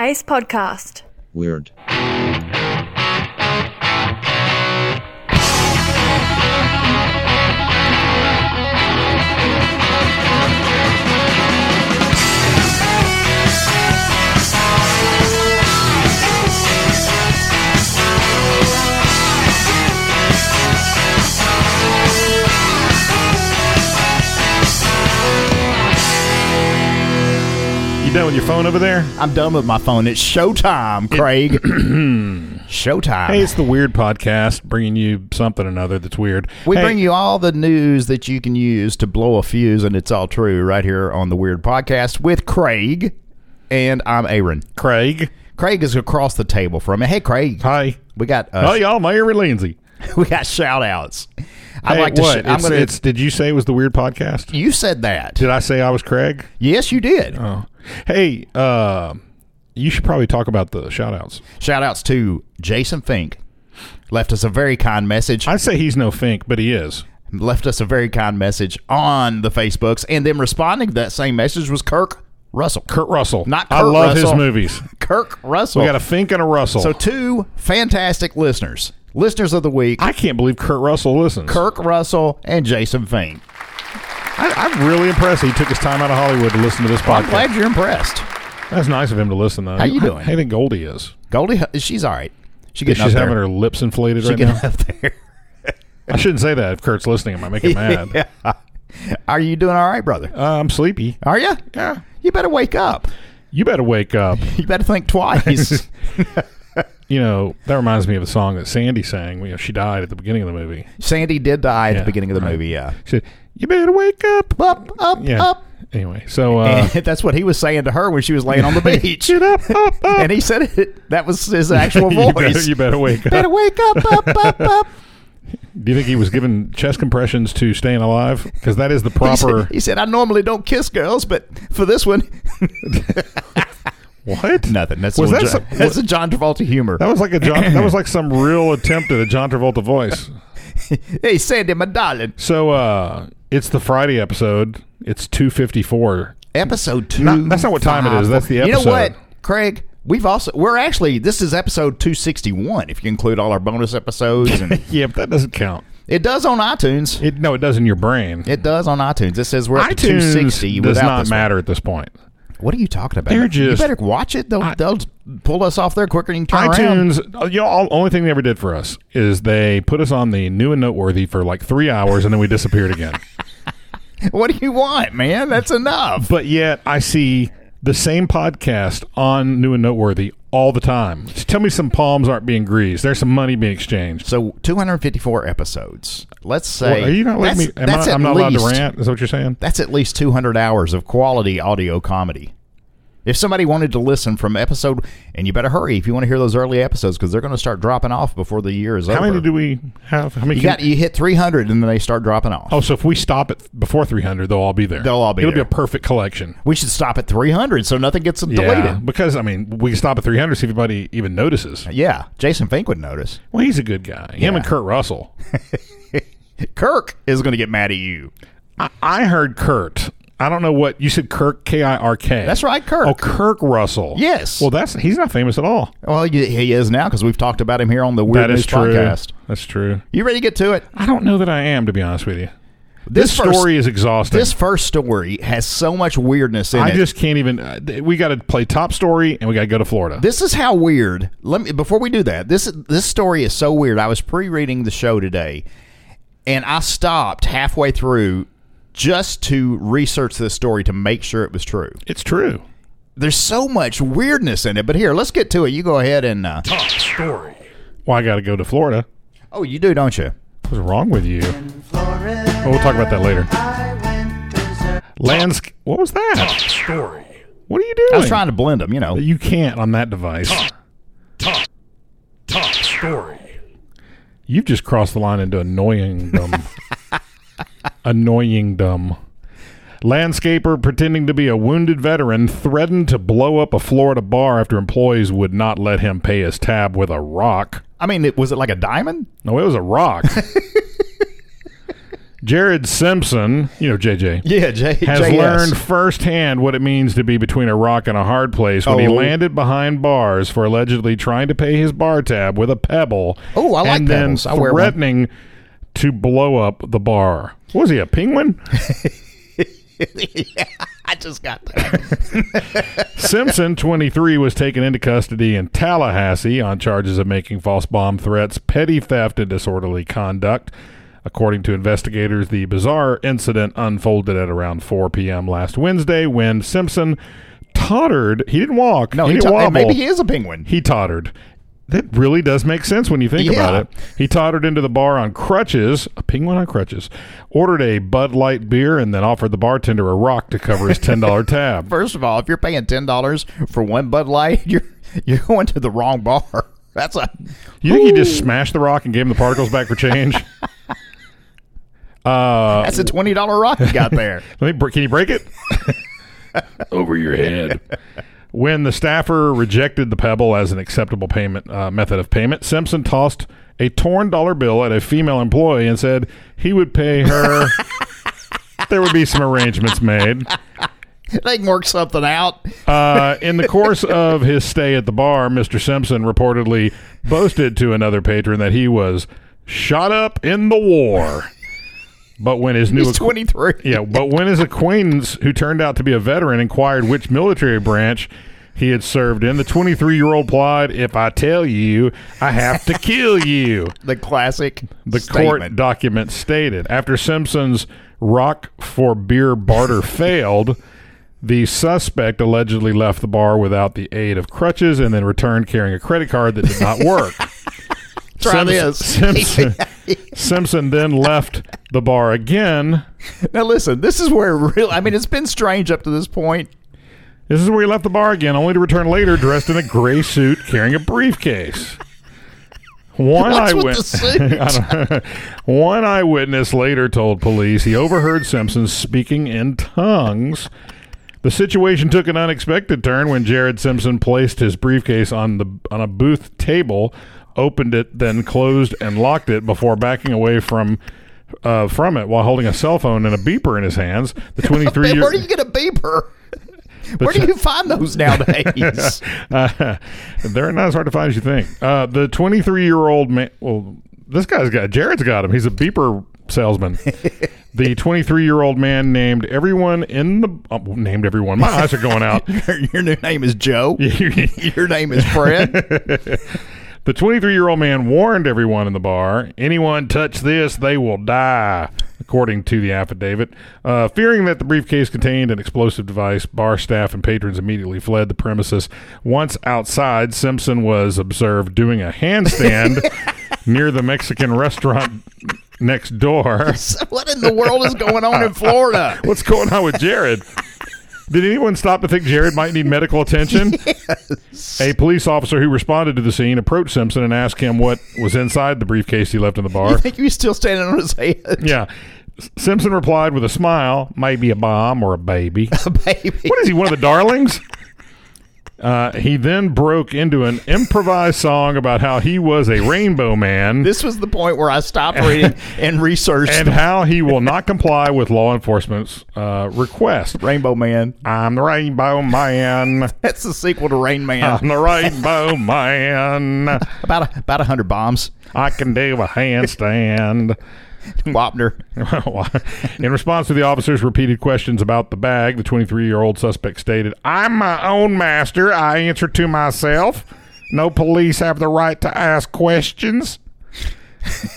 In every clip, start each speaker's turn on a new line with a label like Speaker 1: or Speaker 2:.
Speaker 1: Ace Podcast.
Speaker 2: Weird.
Speaker 3: You done with your phone over there?
Speaker 4: I'm done with my phone. It's showtime, Craig. showtime.
Speaker 3: Hey, it's the Weird Podcast, bringing you something or another that's weird.
Speaker 4: we
Speaker 3: Hey,
Speaker 4: bring you all the news that you can use to blow a fuse, and it's all true right here on the Weird Podcast with Craig. And I'm Aaron.
Speaker 3: Craig.
Speaker 4: Craig is across the table from me. Hey, Craig.
Speaker 3: Hi.
Speaker 4: We got
Speaker 3: Oh,
Speaker 4: uh,
Speaker 3: y'all, Mayor Lindsay.
Speaker 4: we got shout outs. I'd
Speaker 3: Hey,
Speaker 4: like to. sh-
Speaker 3: what?
Speaker 4: I'm
Speaker 3: It's-
Speaker 4: gonna.
Speaker 3: it's- did you say it was the Weird Podcast?
Speaker 4: you said that.
Speaker 3: Did I say I was Craig?
Speaker 4: Yes, you did.
Speaker 3: Oh. Hey, uh, you should probably talk about the shout outs.
Speaker 4: Shout outs to Jason Fink. Left us a very kind message.
Speaker 3: I'd say he's no Fink, but he is.
Speaker 4: left us a very kind message on the Facebooks, and then responding to that same message was Kirk Russell.
Speaker 3: Kurt Russell.
Speaker 4: Not
Speaker 3: I
Speaker 4: Kurt
Speaker 3: love his
Speaker 4: Russell.
Speaker 3: movies.
Speaker 4: Kirk Russell.
Speaker 3: We got a Fink and a Russell.
Speaker 4: so two fantastic listeners, listeners of the week,
Speaker 3: I can't believe Kurt Russell listens.
Speaker 4: Kirk Russell and Jason Fink.
Speaker 3: I, I'm really impressed. He took his time out of Hollywood to listen to this
Speaker 4: I'm
Speaker 3: podcast.
Speaker 4: glad you're impressed.
Speaker 3: That's nice of him to listen, though.
Speaker 4: How you doing?
Speaker 3: I, think Goldie is.
Speaker 4: Goldie, she's all right. She getting
Speaker 3: She's
Speaker 4: up
Speaker 3: having her
Speaker 4: there.
Speaker 3: lips inflated
Speaker 4: she
Speaker 3: right
Speaker 4: getting
Speaker 3: now.
Speaker 4: up there.
Speaker 3: I shouldn't say that. If Kurt's listening, I might make him mad.
Speaker 4: Yeah. Are you doing all right, brother?
Speaker 3: Uh, I'm sleepy.
Speaker 4: Are you?
Speaker 3: Yeah.
Speaker 4: You better wake up.
Speaker 3: You better wake up.
Speaker 4: You better think twice.
Speaker 3: You know, that reminds me of a song that Sandy sang. You know, she died at the beginning of the movie.
Speaker 4: Sandy did die at
Speaker 3: Yeah,
Speaker 4: the beginning of the
Speaker 3: right.
Speaker 4: movie. Yeah.
Speaker 3: She said, You better wake up.
Speaker 4: Up, up,
Speaker 3: Yeah.
Speaker 4: up.
Speaker 3: Anyway, so uh,
Speaker 4: and that's what he was saying to her when she was laying on the beach.
Speaker 3: get up, up, up.
Speaker 4: and he said it. That was his actual
Speaker 3: you,
Speaker 4: voice.
Speaker 3: better, you better wake up.
Speaker 4: Better wake up, up, up, up.
Speaker 3: Do you think he was giving chest compressions to staying alive? Because that is the
Speaker 4: He said-
Speaker 3: proper.
Speaker 4: He said, I normally don't kiss girls, but for this one,
Speaker 3: what?
Speaker 4: nothing. That's,
Speaker 3: was
Speaker 4: a,
Speaker 3: that,
Speaker 4: John,
Speaker 3: some-
Speaker 4: that's a John Travolta humor.
Speaker 3: that was like a John, that was like some real attempt at a John Travolta voice.
Speaker 4: hey, Sandy, my darling.
Speaker 3: So uh it's the Friday episode. It's two fifty four.
Speaker 4: Episode two.
Speaker 3: Not- that's not what time it
Speaker 4: five,
Speaker 3: is. That's the
Speaker 4: You know
Speaker 3: episode.
Speaker 4: what, Craig? We've also we're actually this is episode two sixty one. If you include all our bonus episodes, and
Speaker 3: Yeah, but that doesn't count.
Speaker 4: it does on iTunes.
Speaker 3: It no, it does in your brain.
Speaker 4: It does on iTunes. It says we're up to two
Speaker 3: iTunes
Speaker 4: sixty.
Speaker 3: does
Speaker 4: without
Speaker 3: not
Speaker 4: this one.
Speaker 3: matter at this point.
Speaker 4: What are you talking about?
Speaker 3: They're
Speaker 4: you
Speaker 3: just-
Speaker 4: better watch it. They'll,
Speaker 3: I-
Speaker 4: they'll pull us off there quicker than you can turn around.
Speaker 3: iTunes, uh, you know, all, only thing they ever did for us is they put us on the new and noteworthy for like three hours, and then we disappeared again.
Speaker 4: What do you want, man? That's enough.
Speaker 3: but yet, I see the same podcast on new and noteworthy all the time. Just tell me some palms aren't being greased. There's some money being exchanged.
Speaker 4: So 254 episodes. Let's say
Speaker 3: Well, are you not letting me?
Speaker 4: that's,
Speaker 3: Am
Speaker 4: that's
Speaker 3: I,
Speaker 4: at
Speaker 3: I'm not
Speaker 4: least,
Speaker 3: allowed to rant. Is that what you're saying?
Speaker 4: That's at least 200 hours of quality audio comedy. If somebody wanted to listen from episode, and you better hurry if you want to hear those early episodes because they're going to start dropping off before the year is
Speaker 3: How
Speaker 4: over.
Speaker 3: many do we have? How many?
Speaker 4: you
Speaker 3: can-
Speaker 4: got? You hit 300 and then they start dropping off.
Speaker 3: Oh, so if we stop at before 300, they'll all be there.
Speaker 4: They'll all be
Speaker 3: It'll
Speaker 4: there.
Speaker 3: be a perfect collection.
Speaker 4: We should stop at 300 so nothing gets
Speaker 3: Yeah,
Speaker 4: deleted.
Speaker 3: because I mean, we can stop at 300 see if anybody even notices.
Speaker 4: Yeah, Jason Fink would notice.
Speaker 3: Well, he's a good guy. Him and Kurt Russell.
Speaker 4: Kirk is going to get mad at you.
Speaker 3: I, I heard Kurt. I don't know what you said. Kirk K I R K.
Speaker 4: That's right, Kirk.
Speaker 3: Oh, Kirk Russell.
Speaker 4: Yes.
Speaker 3: Well, that's he's not famous at all.
Speaker 4: Well, y- he is now because we've talked about him here on the Weird
Speaker 3: that is
Speaker 4: News
Speaker 3: true.
Speaker 4: podcast.
Speaker 3: That's true.
Speaker 4: You ready to get to it?
Speaker 3: I don't know that I am, to be honest with you.
Speaker 4: This
Speaker 3: This,
Speaker 4: first-
Speaker 3: story is exhausting.
Speaker 4: This first story has so much weirdness in
Speaker 3: I
Speaker 4: it.
Speaker 3: just can't even. Uh, th- we got to play top story, and we got to go to Florida.
Speaker 4: this is how weird. Let me before we do that. This this story is so weird. I was pre-reading the show today, and I stopped halfway through just to research this story to make sure it was true.
Speaker 3: it's true.
Speaker 4: There's so much weirdness in it. But here, let's get to it. You go ahead and uh,
Speaker 3: Top story. Well, I got to go to Florida.
Speaker 4: oh, you do, don't you?
Speaker 3: What's wrong with you? Well, we'll talk about that later. Lands. What was that? story. What are you doing?
Speaker 4: I was trying to blend them. You know,
Speaker 3: You can't on that device.
Speaker 5: story.
Speaker 3: You've just crossed the line into annoying dumb. annoying dumb. Landscaper pretending to be a wounded veteran threatened to blow up a Florida bar after employees would not let him pay his tab with a rock.
Speaker 4: I mean, it, was it like a diamond?
Speaker 3: No, it was a rock. Jared Simpson, you know JJ,
Speaker 4: Yeah, J-
Speaker 3: has
Speaker 4: JS.
Speaker 3: learned firsthand what it means to be between a rock and a hard place when he
Speaker 4: Oh.
Speaker 3: landed behind bars for allegedly trying to pay his bar tab with a pebble.
Speaker 4: Oh, I like
Speaker 3: and then
Speaker 4: pebbles. I wear one.
Speaker 3: threatening to blow up the bar. What Was he a penguin?
Speaker 4: yeah, I just got that.
Speaker 3: Simpson, 23, was taken into custody in Tallahassee on charges of making false bomb threats, petty theft, and disorderly conduct. According to investigators, the bizarre incident unfolded at around 4 p.m. last Wednesday when Simpson tottered. He didn't walk.
Speaker 4: No,
Speaker 3: he,
Speaker 4: he
Speaker 3: didn't
Speaker 4: ta-
Speaker 3: wobble.
Speaker 4: maybe he is a penguin.
Speaker 3: He tottered. That really does make sense when you think
Speaker 4: Yeah.
Speaker 3: about it. He tottered into the bar on crutches, a penguin on crutches, ordered a Bud Light beer, and then offered the bartender a rock to cover his $10 tab.
Speaker 4: First of all, if you're paying ten dollars for one Bud Light, you're you're going to the wrong bar. That's a
Speaker 3: You think he just smashed the rock and gave him the particles back for change? uh,
Speaker 4: that's a twenty dollar rock you got there.
Speaker 3: let me. br- Can you break it? Over your head. When the staffer rejected the pebble as an acceptable payment uh, method of payment, Simpson tossed a torn dollar bill at a female employee and said he would pay her. there would be some arrangements made.
Speaker 4: they can work something out.
Speaker 3: Uh, in the course of his stay at the bar, Mr. Simpson reportedly boasted to another patron that he was shot up in the war. But when his new
Speaker 4: He's twenty three.
Speaker 3: yeah, but when his acquaintance, who turned out to be a veteran, inquired which military branch he had served in, the 23-year-old plied, "If I tell you, I have to kill you."
Speaker 4: The classic.
Speaker 3: The court
Speaker 4: statement.
Speaker 3: document stated. After Simpson's rock for beer barter failed, the suspect allegedly left the bar without the aid of crutches and then returned carrying a credit card that did not work.
Speaker 4: Try
Speaker 3: Simps-
Speaker 4: this.
Speaker 3: Simpson, Simpson then left the bar again.
Speaker 4: Now listen, this is where real. I mean, it's been strange up to this point.
Speaker 3: This is where he left the bar again, only to return later dressed in a gray suit carrying a briefcase. One
Speaker 4: What's with
Speaker 3: eyewit-
Speaker 4: the suit?
Speaker 3: I don't- One eyewitness later told police he overheard Simpson speaking in tongues. The situation took an unexpected turn when Jared Simpson placed his briefcase on the on a booth table, opened it, then closed and locked it before backing away from uh, from it while holding a cell phone and a beeper in his hands. The twenty three
Speaker 4: Man,
Speaker 3: year
Speaker 4: where do you get a beeper? Where do you find those nowadays?
Speaker 3: Uh, they're not as hard to find as you think. Uh, the 23 year old man. Well, this guy's got Jared's got him. He's a beeper salesman. the 23 year old man named everyone in the uh, named everyone. My eyes are going out.
Speaker 4: your, your new name is Joe. Your name is Fred.
Speaker 3: The 23 year old man warned everyone in the bar anyone touch this, they will die, according to the affidavit. Uh, fearing that the briefcase contained an explosive device, bar staff and patrons immediately fled the premises. Once outside, Simpson was observed doing a handstand near the Mexican restaurant next door.
Speaker 4: what in the world is going on in Florida?
Speaker 3: What's going on with Jared? Did anyone stop to think Jared might need medical attention? A police officer who responded to the scene approached Simpson and asked him what was inside the briefcase he left in the
Speaker 4: You
Speaker 3: bar.
Speaker 4: think he's still standing on his head,
Speaker 3: Yeah. S- Simpson replied with a smile, maybe a bomb or a baby.
Speaker 4: baby?
Speaker 3: What is he, one of the darlings? Uh, he then broke into an improvised song about how he was a rainbow man.
Speaker 4: This was the point where I stopped reading and researched
Speaker 3: and how he will not comply with law enforcement's uh, request.
Speaker 4: Rainbow Man.
Speaker 3: I'm the rainbow man.
Speaker 4: That's the sequel to Rain Man.
Speaker 3: I'm the rainbow man.
Speaker 4: About a, about a hundred bombs.
Speaker 3: I can do a handstand.
Speaker 4: Wapner.
Speaker 3: In response to the officer's repeated questions about the bag, the 23 year old suspect stated, I'm my own master. I answer to myself. No police have the right to ask questions.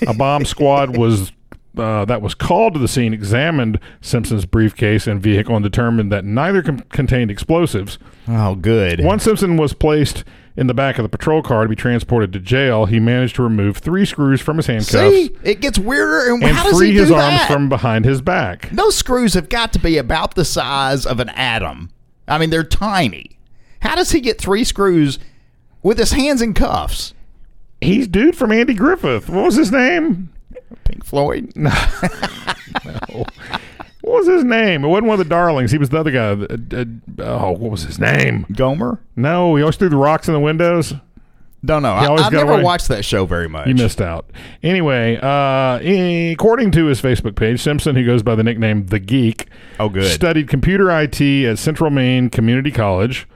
Speaker 3: A bomb squad was. Uh, that was called to the scene, examined Simpson's briefcase and vehicle, and determined that neither com- contained explosives.
Speaker 4: Oh, good.
Speaker 3: Once Simpson was placed in the back of the patrol car to be transported to jail, he managed to remove three screws from his handcuffs
Speaker 4: See, it gets weirder. And,
Speaker 3: and
Speaker 4: how does
Speaker 3: free
Speaker 4: he do
Speaker 3: his arms
Speaker 4: that?
Speaker 3: from behind his back.
Speaker 4: Those screws have got to be about the size of an atom. I mean, they're tiny. How does he get three screws with his hands in cuffs?
Speaker 3: He's dude from Andy Griffith. What was his name?
Speaker 4: Pink Floyd.
Speaker 3: What was his name? It wasn't one of the darlings. He was the other guy. Uh, uh, oh, what was his name?
Speaker 4: Gomer.
Speaker 3: No, he always threw the rocks in the windows.
Speaker 4: Don't know.
Speaker 3: He always
Speaker 4: I, I've
Speaker 3: got
Speaker 4: never
Speaker 3: away.
Speaker 4: watched that show very much.
Speaker 3: You missed out. Anyway, uh, e- according to his Facebook page, Simpson, who goes by the nickname The Geek,
Speaker 4: Oh, good.
Speaker 3: studied computer IT at Central Maine Community College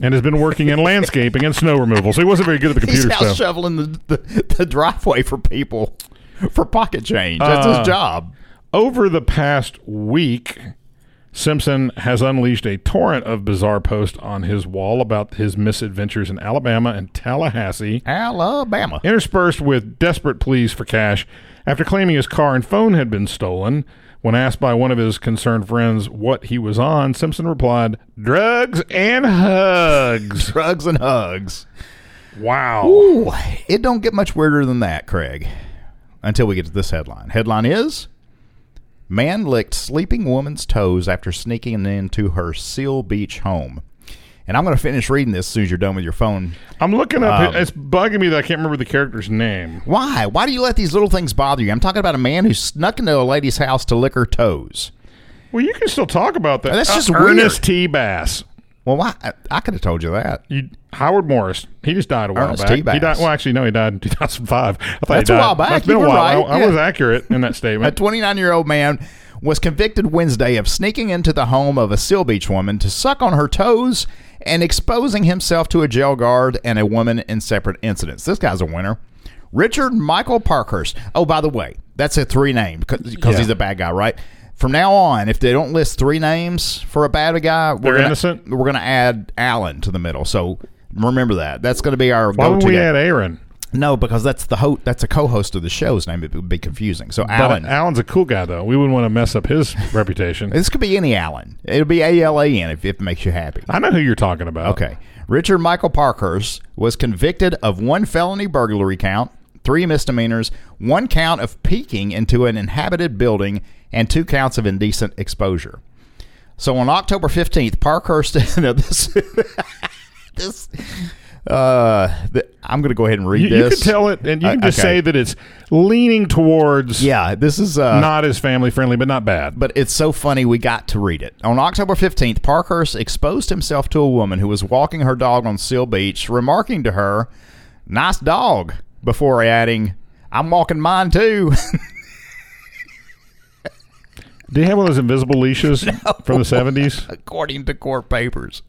Speaker 3: and has been working in landscaping and snow removal. So he wasn't very good at the
Speaker 4: He's
Speaker 3: computer
Speaker 4: out
Speaker 3: stuff.
Speaker 4: shoveling the, the, the driveway for people for pocket change. That's
Speaker 3: Uh,
Speaker 4: his job.
Speaker 3: Over the past week, Simpson has unleashed a torrent of bizarre posts on his wall about his misadventures in Alabama and Tallahassee.
Speaker 4: Alabama.
Speaker 3: interspersed with desperate pleas for cash after claiming his car and phone had been stolen. When asked by one of his concerned friends what he was on, Simpson replied, Drugs and hugs.
Speaker 4: Drugs and hugs.
Speaker 3: Wow.
Speaker 4: Ooh, it don't get much weirder than that, Craig. Until we get to this headline. Headline is Man licked sleeping woman's toes after sneaking into her Seal Beach home. And I'm going to finish reading this as soon as you're done with your phone.
Speaker 3: I'm looking up.
Speaker 4: Um,
Speaker 3: it's bugging me that I can't remember the character's name.
Speaker 4: Why? Why do you let these little things bother you? I'm talking about a man who snuck into a lady's house to lick her toes.
Speaker 3: Well, you can still talk about that. Uh,
Speaker 4: That's just weird.
Speaker 3: Ernest T. Bass.
Speaker 4: Well, why? I, I could have told you that.
Speaker 3: You, Howard Morris. He just died a while
Speaker 4: Ernest
Speaker 3: back.
Speaker 4: T.
Speaker 3: He died.
Speaker 4: Bass.
Speaker 3: Well, actually, no, he died in 2005. I thought
Speaker 4: That's
Speaker 3: he
Speaker 4: a
Speaker 3: died.
Speaker 4: while back.
Speaker 3: That's been
Speaker 4: You
Speaker 3: a
Speaker 4: were
Speaker 3: while. I-
Speaker 4: right.
Speaker 3: I,
Speaker 4: Yeah.
Speaker 3: was accurate in that
Speaker 4: A
Speaker 3: statement.
Speaker 4: 29 year old man was convicted Wednesday of sneaking into the home of a Seal Beach woman to suck on her toes and exposing himself to a jail guard and a woman in separate incidents. This guy's a winner. Richard Michael Parkhurst. Oh, by the way, that's a three name because
Speaker 3: Yeah.
Speaker 4: he's a bad guy, right? From now on, if they don't list three names for a bad guy, we're
Speaker 3: They're
Speaker 4: gonna,
Speaker 3: innocent?
Speaker 4: We're going to add Allen to the middle. So remember that. That's going to be our
Speaker 3: Why would
Speaker 4: go-to
Speaker 3: we
Speaker 4: guy.
Speaker 3: add Aaron?
Speaker 4: No, because that's the ho- that's a co-host of the show's name. It would be confusing. So
Speaker 3: But
Speaker 4: Allen.
Speaker 3: Allen's a cool guy, though. We wouldn't want to mess up his reputation.
Speaker 4: This could be any Allen. It'll be A L A N if if it makes you happy.
Speaker 3: I know who you're talking about.
Speaker 4: Okay. Richard Michael Parkhurst was convicted of one felony burglary count, three misdemeanors, one count of peeking into an inhabited building, and two counts of indecent exposure. So on October 15th, Parkhurst. now this. this uh, th- I'm going to go ahead and read
Speaker 3: You, you
Speaker 4: this.
Speaker 3: can tell it, and you
Speaker 4: Uh,
Speaker 3: can just
Speaker 4: okay.
Speaker 3: say that it's leaning towards
Speaker 4: Yeah, this is. Uh,
Speaker 3: not as family friendly, but not bad.
Speaker 4: but it's so funny we got to read it. On October 15th, Parkhurst exposed himself to a woman who was walking her dog on Seal Beach, remarking to her, Nice dog, before adding, I'm walking mine too.
Speaker 3: Do you have one of those invisible leashes from the 70s?
Speaker 4: according to court papers.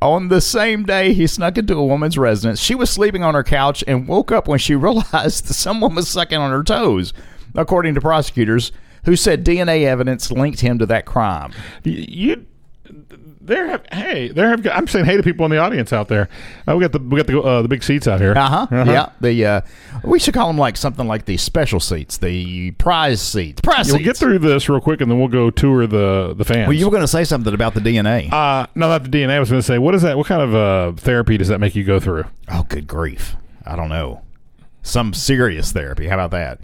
Speaker 4: On the same day, he snuck into a woman's residence. She was sleeping on her couch and woke up when she realized that someone was sucking on her toes, according to prosecutors, who said DNA evidence linked him to that crime.
Speaker 3: Y- You. There have hey there have I'm saying hey to people in the audience out there. Uh, we got the we got the uh, the big seats out here.
Speaker 4: Uh huh.
Speaker 3: Uh-huh.
Speaker 4: Yeah. The uh, we should call them like something like the special seats, the prize seats, prize
Speaker 3: We'll
Speaker 4: seats.
Speaker 3: get through this real quick and then we'll go tour the the fans.
Speaker 4: well, you were going to say something about the DNA.
Speaker 3: uh, no, not the DNA. I was going to say what is that? What kind of uh, therapy does that make you go through?
Speaker 4: oh, good grief! I don't know. Some serious therapy. How about that?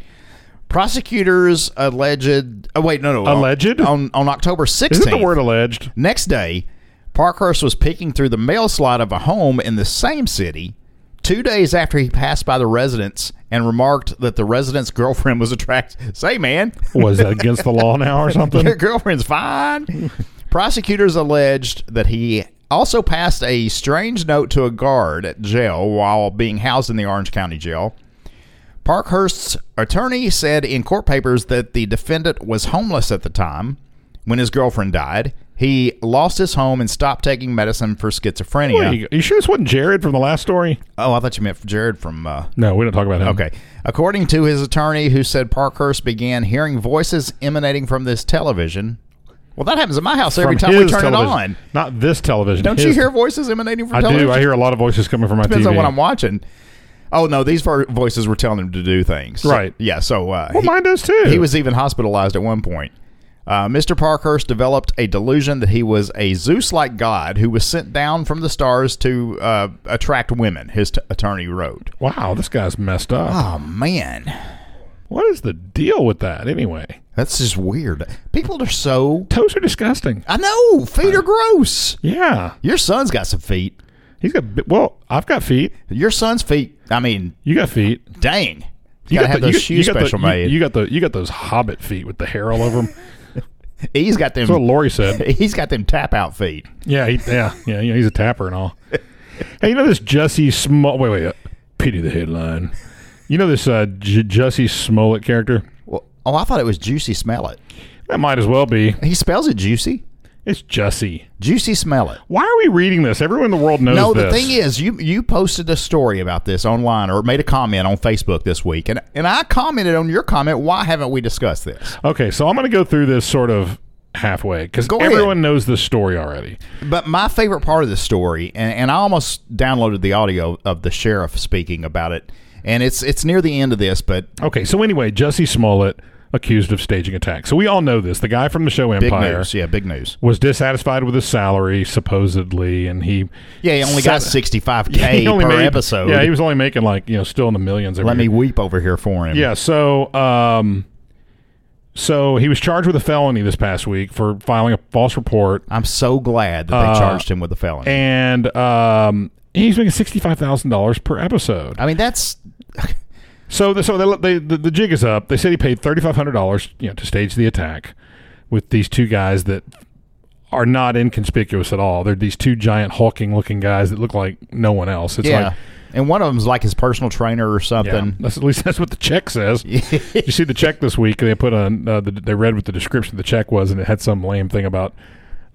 Speaker 4: Prosecutors alleged. Oh wait, no, no. on-
Speaker 3: Alleged?
Speaker 4: on on October
Speaker 3: Isn't
Speaker 4: sixteenth.
Speaker 3: the word alleged?
Speaker 4: Next day, Parkhurst was peeking through the mail slot of a home in the same city. Two days after he passed by the residence and remarked that the resident's girlfriend was attracted. Say, man,
Speaker 3: Was that against the law now or something?
Speaker 4: Your girlfriend's fine. Prosecutors alleged that he also passed a strange note to a guard at jail while being housed in the Orange County jail. Parkhurst's attorney said in court papers that the defendant was homeless at the time when his girlfriend died. He lost his home and stopped taking medicine for schizophrenia.
Speaker 3: There you, go. You sure this wasn't Jared from the last story?
Speaker 4: oh, I thought you meant Jared from uh,
Speaker 3: No, we don't talk about him.
Speaker 4: Okay. According to his attorney, who said Parkhurst began hearing voices emanating from this television. Well, that happens at my house every
Speaker 3: From
Speaker 4: time we
Speaker 3: his
Speaker 4: turn
Speaker 3: television.
Speaker 4: it on.
Speaker 3: Not this television.
Speaker 4: Don't
Speaker 3: his-
Speaker 4: you hear voices emanating from
Speaker 3: I
Speaker 4: television?
Speaker 3: do. I hear a lot of voices coming from my
Speaker 4: Depends
Speaker 3: TV.
Speaker 4: on what I'm watching. Oh no, these vo- voices were telling him to do things. So-
Speaker 3: Right.
Speaker 4: yeah. So uh,
Speaker 3: well,
Speaker 4: he-
Speaker 3: mine does too.
Speaker 4: he was even hospitalized at one point. Uh, Mr. Parkhurst developed a delusion that he was a Zeus like god who was sent down from the stars to uh, attract women, his t- attorney wrote.
Speaker 3: Wow, this guy's messed up.
Speaker 4: Oh, man.
Speaker 3: What is the deal with that anyway?
Speaker 4: That's just weird. People are so.
Speaker 3: Toes are disgusting.
Speaker 4: I know feet are gross.
Speaker 3: Yeah,
Speaker 4: Your son's got some feet.
Speaker 3: he's got. bi- Well, I've got feet.
Speaker 4: Your son's feet. I mean,
Speaker 3: You got feet.
Speaker 4: dang. You,
Speaker 3: You got
Speaker 4: gotta have
Speaker 3: the-
Speaker 4: those
Speaker 3: you-
Speaker 4: shoes
Speaker 3: you got the-
Speaker 4: special
Speaker 3: you-
Speaker 4: made.
Speaker 3: You got the. You got those hobbit feet with the hair all over them.
Speaker 4: he's got
Speaker 3: That's what
Speaker 4: them.
Speaker 3: Lori said.
Speaker 4: He's got them tap out feet.
Speaker 3: Yeah, he, yeah, yeah, yeah. He's a tapper and all. Hey, you know this Jussie Smollett? Wait, wait. Uh, pity the headline. You know this uh, J- Jussie Smollett character?
Speaker 4: Well, oh, I thought it was Juicy Smell It.
Speaker 3: That might as well be.
Speaker 4: He spells it Juicy.
Speaker 3: It's Jussie.
Speaker 4: Juicy Smell It.
Speaker 3: Why are we reading this? Everyone in the world knows
Speaker 4: No,
Speaker 3: this.
Speaker 4: the thing is, you you posted a story about this online or made a comment on Facebook this week, and and I commented on your comment. Why haven't we discussed this?
Speaker 3: Okay, so I'm going to go through this sort of halfway because
Speaker 4: Go ahead.
Speaker 3: everyone knows this story already.
Speaker 4: But my favorite part of the story, and, and I almost downloaded the audio of the sheriff speaking about it, and it's it's near the end of this, but
Speaker 3: Okay, so anyway, Jussie Smollett accused of staging attack. So we all know this. The guy from the show
Speaker 4: big
Speaker 3: Empire
Speaker 4: news, yeah, big news.
Speaker 3: was dissatisfied with his salary, supposedly, and he
Speaker 4: Yeah, he only got
Speaker 3: sat-
Speaker 4: sixty five
Speaker 3: he
Speaker 4: k per
Speaker 3: only made-
Speaker 4: episode.
Speaker 3: Yeah, he was only making like you know still in the millions. Every
Speaker 4: Let me
Speaker 3: year.
Speaker 4: weep over here for him.
Speaker 3: Yeah, so um, so he was charged with a felony this past week for filing a false report
Speaker 4: I'm so glad that they
Speaker 3: Uh,
Speaker 4: charged him with a felony.
Speaker 3: and um, he's making sixty five thousand dollars per episode.
Speaker 4: I mean, that's
Speaker 3: So the, so they, they, the the jig is up. They said he paid thirty five hundred dollars you know to stage the attack with these two guys that are not inconspicuous at all. They're these two giant hulking looking guys that look like no one else. It's
Speaker 4: yeah.
Speaker 3: like
Speaker 4: and one of them's like his personal trainer or
Speaker 3: yeah,
Speaker 4: something.
Speaker 3: that's, at least that's what the check says. you see the check this week. They put on uh, the, they read what the description of the check was, and it had some lame thing about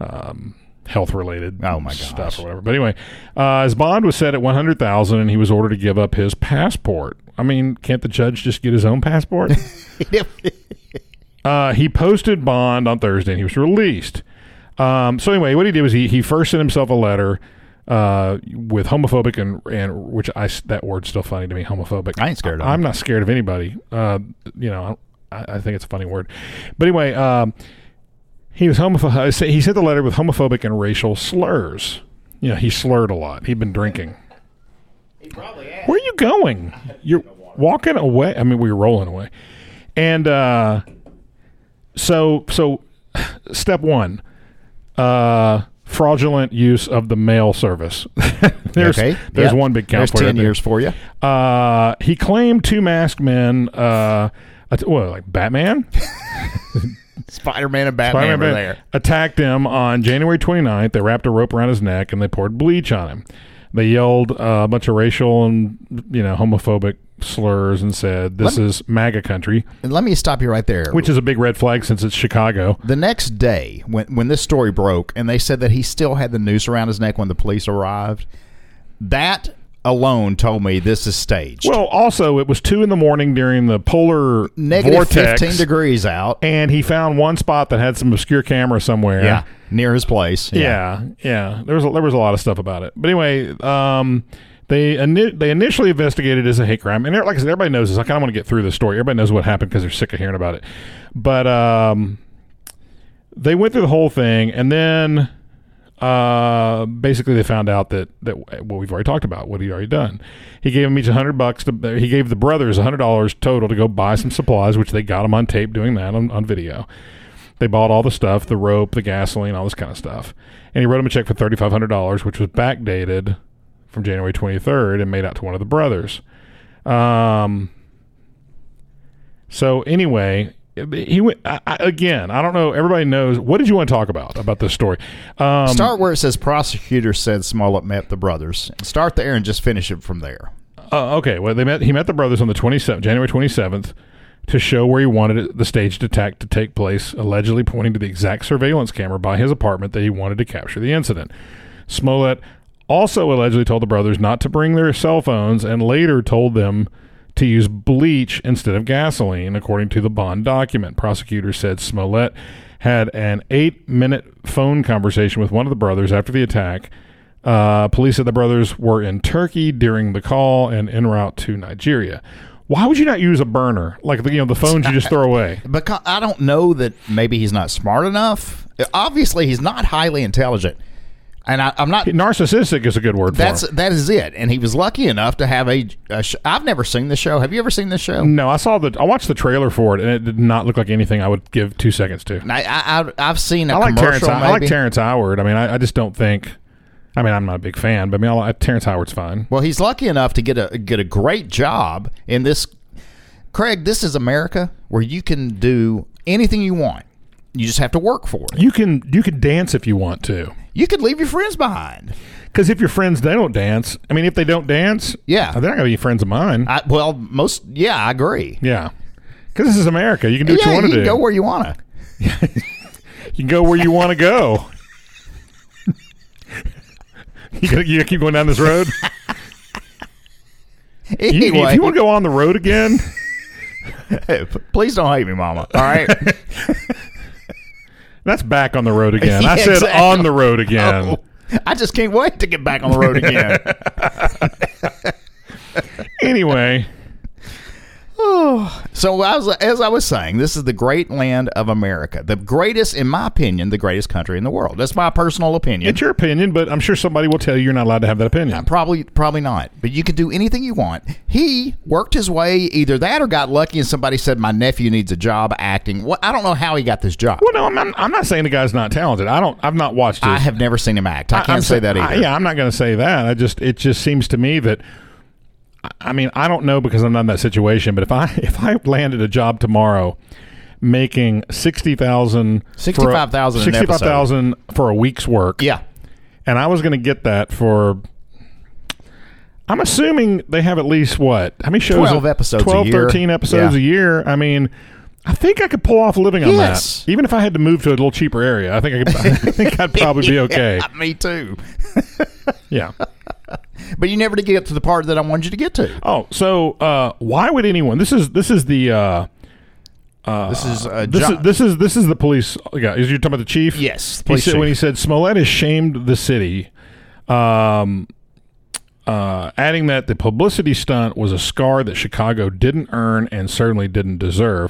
Speaker 3: um, health related.
Speaker 4: Oh, my
Speaker 3: stuff
Speaker 4: gosh.
Speaker 3: or whatever. But anyway, uh, his bond was set at one hundred thousand, and he was ordered to give up his passport. I mean, can't the judge just get his own passport? Uh, he posted bond on Thursday and he was released. Um, so anyway, what he did was he, he first sent himself a letter uh, with homophobic and and which I s- that word's still funny to me homophobic.
Speaker 4: I ain't scared of
Speaker 3: I'm
Speaker 4: him.
Speaker 3: not scared of anybody. Uh, you know, I, I think it's a funny word. But anyway, um, he was homophobic. He sent the letter with homophobic and racial slurs. You know, he slurred a lot. He'd been drinking. Where are you going? You're walking away. I mean, we were rolling away. And uh, so, so step one, uh, fraudulent use of the mail service. there's
Speaker 4: okay.
Speaker 3: there's
Speaker 4: Yeah.
Speaker 3: one big count
Speaker 4: There's
Speaker 3: for you, I
Speaker 4: ten
Speaker 3: think.
Speaker 4: years for you.
Speaker 3: Uh, he claimed two masked men. Uh, att- what, like Batman?
Speaker 4: Spider Man and Batman
Speaker 3: Spider-Man
Speaker 4: were there.
Speaker 3: attacked him on January 29th. They wrapped a rope around his neck and they poured bleach on him. They yelled uh, a bunch of racial and you know homophobic slurs and said, "This is MAGA country,"
Speaker 4: And let me stop you right there.
Speaker 3: which is a big red flag since it's Chicago.
Speaker 4: the next day, when when this story broke, and they said that he still had the noose around his neck when the police arrived, that alone told me this is staged.
Speaker 3: Well, also it was two in the morning during the polar
Speaker 4: Negative
Speaker 3: vortex,
Speaker 4: fifteen degrees out.
Speaker 3: and he found one spot that had some obscure camera somewhere.
Speaker 4: yeah, near his place.
Speaker 3: Yeah, yeah. There was a, there was a lot of stuff about it. But anyway, um, they ini- they initially investigated it as a hate crime, and they're- like I said, everybody knows this. I kind of want to get through this story. Everybody knows what happened because they're sick of hearing about it. But um, they went through the whole thing, and then uh, basically they found out that that what we've already talked about, what he'd already done. He gave them each a hundred bucks. To, he gave the brothers a hundred dollars total to go buy some supplies, which they got him on tape doing that on, on video. They bought all the stuff, the rope, the gasoline, all this kind of stuff. And he wrote him a check for $3,500, which was backdated from January 23rd and made out to one of the brothers. Um, so anyway, he went I, I, again. I don't know. Everybody knows. What did you want to talk about about this story? Um,
Speaker 4: Start where it says prosecutor said Smollett met the brothers. Start there and just finish it from there.
Speaker 3: Uh, okay. Well, they met. He met the brothers on the twenty seventh, January twenty seventh, to show where he wanted it, the staged attack to take place, allegedly pointing to the exact surveillance camera by his apartment that he wanted to capture the incident. Smollett also allegedly told the brothers not to bring their cell phones, and later told them to use bleach instead of gasoline, according to the bond document. Prosecutors said Smollett had an eight-minute phone conversation with one of the brothers after the attack. Uh, police said the brothers were in Turkey during the call and en route to Nigeria. Why would you not use a burner like the, you know the phones you just throw away?
Speaker 4: Because I don't know that maybe he's not smart enough. Obviously, he's not highly intelligent, and I, I'm not.
Speaker 3: Narcissistic is a good word
Speaker 4: That's
Speaker 3: for it.
Speaker 4: that is it. And he was lucky enough to have a. a sh- I've never seen the show. Have you ever seen the show?
Speaker 3: No, I saw the I watched the trailer for it and it did not look like anything I would give two seconds to.
Speaker 4: I, I, I I've seen a
Speaker 3: I like Terrence.
Speaker 4: commercial.
Speaker 3: I like
Speaker 4: maybe.
Speaker 3: Terrence Howard. I mean, I, I just don't think. I mean, I'm not a big fan, but I mean, I like, Terrence Howard's fine.
Speaker 4: Well, he's lucky enough to get a get a great job in this. Craig, this is America where you can do anything you want. You just have to work for it.
Speaker 3: You can you can dance if you want to.
Speaker 4: You could leave your friends behind.
Speaker 3: Because if your friends they don't dance, I mean, if they don't dance,
Speaker 4: Yeah.
Speaker 3: they're not going to be friends of mine.
Speaker 4: I, well, most yeah, I agree.
Speaker 3: yeah, because this is America. You can do what
Speaker 4: yeah,
Speaker 3: you want to
Speaker 4: you
Speaker 3: do.
Speaker 4: can go where you want to.
Speaker 3: you can go where you want to go. you gonna, you gonna keep going down this road. You-
Speaker 4: Anyway,
Speaker 3: if you want to go on the road again,
Speaker 4: please don't hate me, Mama. All right.
Speaker 3: that's back on the road again. I
Speaker 4: Yeah,
Speaker 3: said
Speaker 4: exactly. Oh.
Speaker 3: on the road again.
Speaker 4: I just can't wait to get back on the road again.
Speaker 3: Anyway,
Speaker 4: So I was, as I was saying, this is the great land of America, the greatest, in my opinion, the greatest country in the world. That's my personal opinion.
Speaker 3: it's your opinion, but I'm sure somebody will tell you you're not allowed to have that opinion.
Speaker 4: Probably, probably not. But you can do anything you want. He worked his way either that or got lucky, and somebody said my nephew needs a job acting. What I don't know how he got this job.
Speaker 3: Well, no, I'm, I'm, I'm not saying the guy's not talented. I don't. I've not watched. His,
Speaker 4: I have never seen him act. I
Speaker 3: I'm
Speaker 4: can't say
Speaker 3: sa-
Speaker 4: that either.
Speaker 3: I- yeah, I'm not going to say that. I just it just seems to me that I- I mean I don't know because I'm not in that situation. But if I if I landed a job tomorrow making sixty thousand
Speaker 4: 65,000 an episode.
Speaker 3: sixty five thousand for a week's work,
Speaker 4: yeah.
Speaker 3: and I was going to get that for. I'm assuming they have at least what? How many shows?
Speaker 4: 12 episodes a
Speaker 3: 12,
Speaker 4: year.
Speaker 3: 13 episodes
Speaker 4: Yeah.
Speaker 3: a year. I mean, I think I could pull off living on
Speaker 4: Yes.
Speaker 3: that. Even if I had to move to a little cheaper area, I think I, could, I think I'd probably be okay.
Speaker 4: Yeah, Uh, me too.
Speaker 3: Yeah.
Speaker 4: But you never did get up to the part that I wanted you to get to.
Speaker 3: Oh, so uh, why would anyone? This is this is the uh,
Speaker 4: this is uh,
Speaker 3: this
Speaker 4: John.
Speaker 3: is this is this is the police guy. Is you talking about the chief?
Speaker 4: Yes, the
Speaker 3: He
Speaker 4: police
Speaker 3: said, when
Speaker 4: chief.
Speaker 3: he said Smollett has shamed the city, um, uh, adding that the publicity stunt was a scar that Chicago didn't earn and certainly didn't deserve.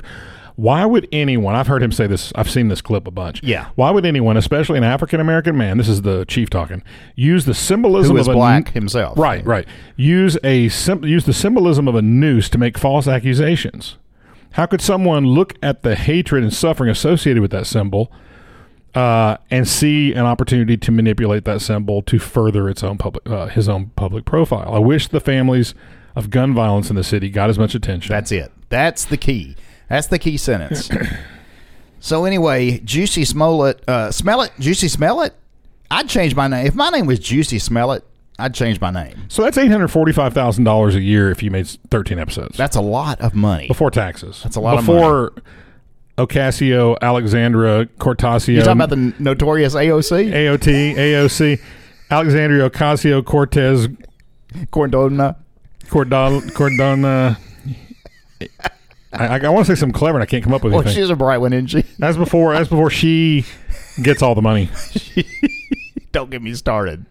Speaker 3: Why would anyone? I've heard him say this. I've seen this clip a bunch.
Speaker 4: Yeah.
Speaker 3: Why would anyone, especially an African American man, this is the chief talking, use the symbolism
Speaker 4: who is
Speaker 3: of a
Speaker 4: black himself?
Speaker 3: Right, right. Use a sim- use the symbolism of a noose to make false accusations. How could someone look at the hatred and suffering associated with that symbol uh, and see an opportunity to manipulate that symbol to further its own public uh, his own public profile? I wish the families of gun violence in the city got as much attention.
Speaker 4: That's it. That's the key. That's the key sentence. so anyway, Juicy Smollett, uh, smell it, Juicy Smell it. I'd change my name if my name was Juicy Smell it. I'd change my name.
Speaker 3: so that's eight hundred forty five thousand dollars a year if you made thirteen episodes
Speaker 4: That's a lot of money.
Speaker 3: before taxes. That's
Speaker 4: a lot of
Speaker 3: before Ocasio Alexandra Cortasio.
Speaker 4: You're talking about the notorious
Speaker 3: Eh.
Speaker 4: AOC,
Speaker 3: AOT, AOC, Alexandria Ocasio Cortez,
Speaker 4: Cordona.
Speaker 3: Cordal, Cordona. I, I, want to say something clever, and I can't come up with
Speaker 4: Well,
Speaker 3: anything.
Speaker 4: Oh, she's a bright one, isn't she?
Speaker 3: that's before. That's before she gets all the money.
Speaker 4: Don't get me started.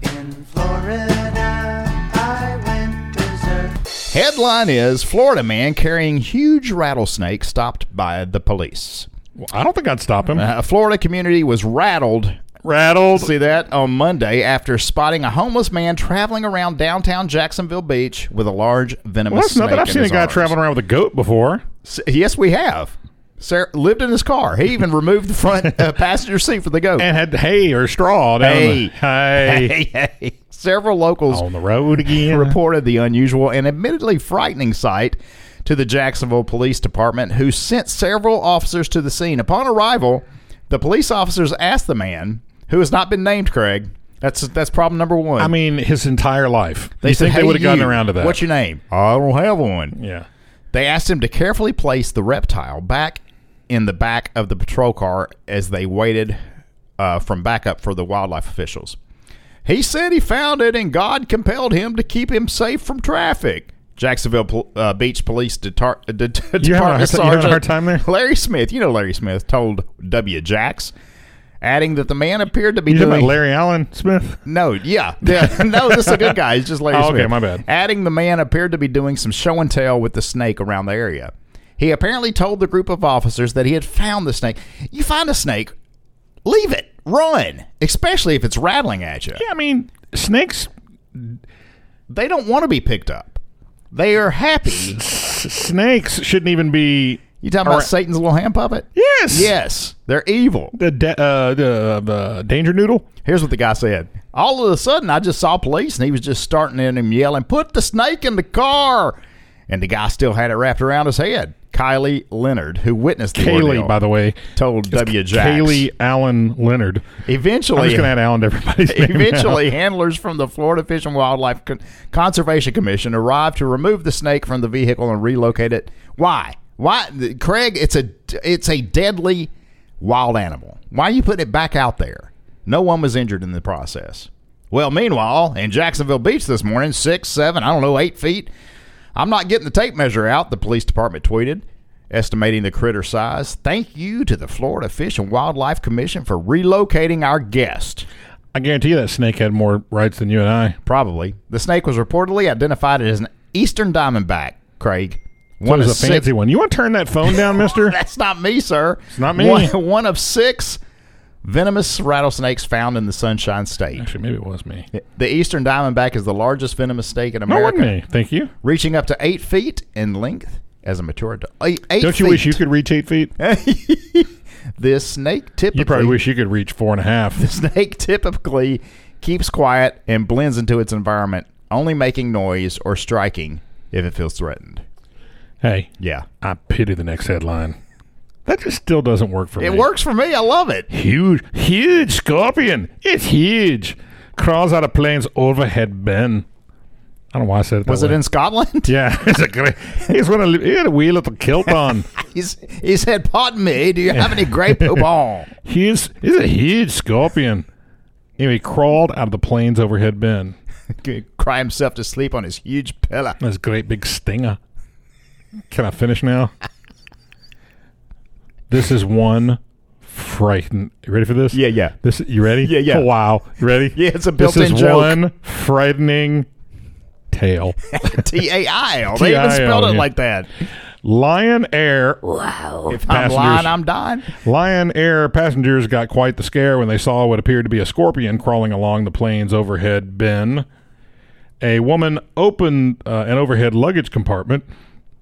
Speaker 1: In Florida, I went berserk.
Speaker 4: Headline is Florida man carrying huge rattlesnake stopped by the police.
Speaker 3: Well, I don't think I'd stop him.
Speaker 4: Uh, A Florida community was rattled
Speaker 3: Rattled.
Speaker 4: See that on Monday after spotting a homeless man traveling around downtown Jacksonville Beach with a large venomous
Speaker 3: Well, that's
Speaker 4: snake.
Speaker 3: nothing. I've
Speaker 4: in
Speaker 3: seen a
Speaker 4: his
Speaker 3: guy
Speaker 4: arms.
Speaker 3: traveling around with a goat before.
Speaker 4: S- Yes, we have. Sir lived in his car. He even removed the front uh, passenger seat for the goat.
Speaker 3: And had hay or straw down
Speaker 4: Hey.
Speaker 3: the hay
Speaker 4: hey, hey. Several locals
Speaker 3: on the road again.
Speaker 4: reported the unusual and admittedly frightening sight to the Jacksonville Police Department, who sent several officers to the scene. Upon arrival, the police officers asked the man, who has not been named, Craig. That's that's problem number one.
Speaker 3: I mean, his entire life.
Speaker 4: They
Speaker 3: you
Speaker 4: said,
Speaker 3: think
Speaker 4: "Hey,
Speaker 3: they would have gotten
Speaker 4: you,
Speaker 3: around to that?
Speaker 4: What's your name? I don't have one.
Speaker 3: yeah.
Speaker 4: They asked him to carefully place the reptile back in the back of the patrol car as they waited uh, from backup for the wildlife officials. He said he found it and God compelled him to keep him safe from traffic. Jacksonville Pol- uh, Beach Police Detar- uh, Det-
Speaker 3: You having a hard ti- you having
Speaker 4: Department
Speaker 3: a
Speaker 4: Sergeant
Speaker 3: hard time there?
Speaker 4: Larry Smith, you know Larry Smith, told W. Jax, adding that the man appeared to be
Speaker 3: You talking
Speaker 4: doing
Speaker 3: about Larry Allen Smith?
Speaker 4: no, yeah, yeah. no, this is a good guy. He's just Larry
Speaker 3: Oh, okay,
Speaker 4: Smith.
Speaker 3: my bad.
Speaker 4: Adding the man appeared to be doing some show and tell with the snake around the area. He apparently told the group of officers that he had found the snake. You find a snake, leave it, run, especially if it's rattling at you.
Speaker 3: Yeah, I mean, snakes
Speaker 4: They don't want to be picked up. They are happy.
Speaker 3: S- snakes shouldn't even be.
Speaker 4: You talking about
Speaker 3: Alright.
Speaker 4: Satan's little hand puppet?
Speaker 3: Yes.
Speaker 4: Yes, they're evil.
Speaker 3: The da- uh, the uh, danger noodle.
Speaker 4: Here's what the guy said. All of a sudden, I just saw police, and he was just starting at him yelling, "Put the snake in the car!" And the guy still had it wrapped around his head. Kylie Leonard, who witnessed the
Speaker 3: Kaylee,
Speaker 4: ordeal,
Speaker 3: by the way.
Speaker 4: told W. Jacks.
Speaker 3: Kaylee Allen Leonard. I'm
Speaker 4: Eventually,
Speaker 3: just going to add Allen to everybody's name now.
Speaker 4: Eventually, handlers from the Florida Fish and Wildlife Con- Conservation Commission arrived to remove the snake from the vehicle and relocate it. Why? Why, the- Craig? It's a it's a deadly wild animal. Why are you putting it back out there? No one was injured in the process. Well, meanwhile, in Jacksonville Beach this morning, six, seven, I don't know, eight feet. I'm not getting the tape measure out. The police department tweeted. Estimating the critter size. Thank you to the Florida Fish and Wildlife Commission for relocating our guest.
Speaker 3: I guarantee you that snake had more rights than you and I.
Speaker 4: Probably. The snake was reportedly identified as an eastern diamondback, Craig.
Speaker 3: What
Speaker 4: One
Speaker 3: is
Speaker 4: of
Speaker 3: a
Speaker 4: six-
Speaker 3: fancy one? You want to turn that phone down, mister?
Speaker 4: That's not me, sir. It's
Speaker 3: not me.
Speaker 4: One, one of six venomous rattlesnakes found in the Sunshine State.
Speaker 3: Actually, maybe it was me.
Speaker 4: The eastern diamondback is the largest venomous snake in
Speaker 3: No, it
Speaker 4: America,
Speaker 3: wasn't me. Thank you.
Speaker 4: reaching up to eight feet in length as a mature adult. Eight, eight
Speaker 3: Don't you wish you
Speaker 4: feet.
Speaker 3: could reach eight feet?
Speaker 4: This snake typically
Speaker 3: You probably wish you could reach four and a half.
Speaker 4: The snake typically keeps quiet and blends into its environment, only making noise or striking if it feels threatened.
Speaker 3: Hey,
Speaker 4: Yeah.
Speaker 3: I pity the next headline. That just still doesn't work for me.
Speaker 4: It works for me. I love it.
Speaker 3: Huge, huge scorpion. It's huge. Crawls out of plane's overhead bin. I don't know why I said it that
Speaker 4: Was it
Speaker 3: way.
Speaker 4: in Scotland?
Speaker 3: Yeah, it's a great. He's wearing a, he had a wee little kilt on.
Speaker 4: He's, he said, Pardon me, do you have any grape bonbon?
Speaker 3: He's he's a huge scorpion. Anyway, he crawled out of the plane's overhead bin.
Speaker 4: Could Cry himself to sleep on his huge pillow.
Speaker 3: That's a great big stinger. Can I finish now? This is one frighten. You ready for this?
Speaker 4: Yeah, yeah.
Speaker 3: This you ready?
Speaker 4: Yeah, yeah.
Speaker 3: Oh, wow, you ready?
Speaker 4: Yeah, it's a
Speaker 3: This
Speaker 4: built-in
Speaker 3: is
Speaker 4: joke.
Speaker 3: one frightening tale.
Speaker 4: T A I L. They even
Speaker 3: T.A.I.L.,
Speaker 4: spelled it
Speaker 3: yeah.
Speaker 4: like that.
Speaker 3: Lion Air.
Speaker 4: If I'm
Speaker 3: Passengers.
Speaker 4: lying, I'm dying.
Speaker 3: Lion Air passengers got quite the scare when they saw what appeared to be a scorpion crawling along the plane's overhead bin. A woman opened uh, an overhead luggage compartment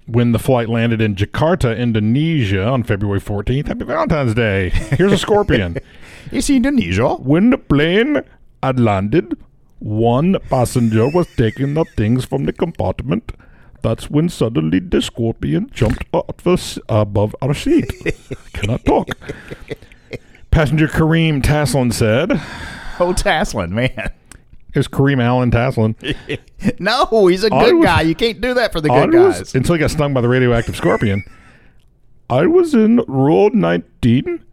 Speaker 3: when the flight landed in Jakarta, Indonesia on February 14th. Happy Valentine's Day. Here's a scorpion.
Speaker 4: It's Indonesia.
Speaker 3: when the plane had landed, one passenger was taking the things from the compartment. That's when suddenly the scorpion jumped out the s- above our seat. Cannot talk. Passenger Kareem Taslin said, "It
Speaker 4: Oh, Taslin, man.
Speaker 3: was Kareem Allen Taslin.
Speaker 4: No, he's a
Speaker 3: I
Speaker 4: good
Speaker 3: was-
Speaker 4: guy. You can't do that for the
Speaker 3: I
Speaker 4: good
Speaker 3: was-
Speaker 4: guys.
Speaker 3: until he got stung by the radioactive scorpion. I was in row 19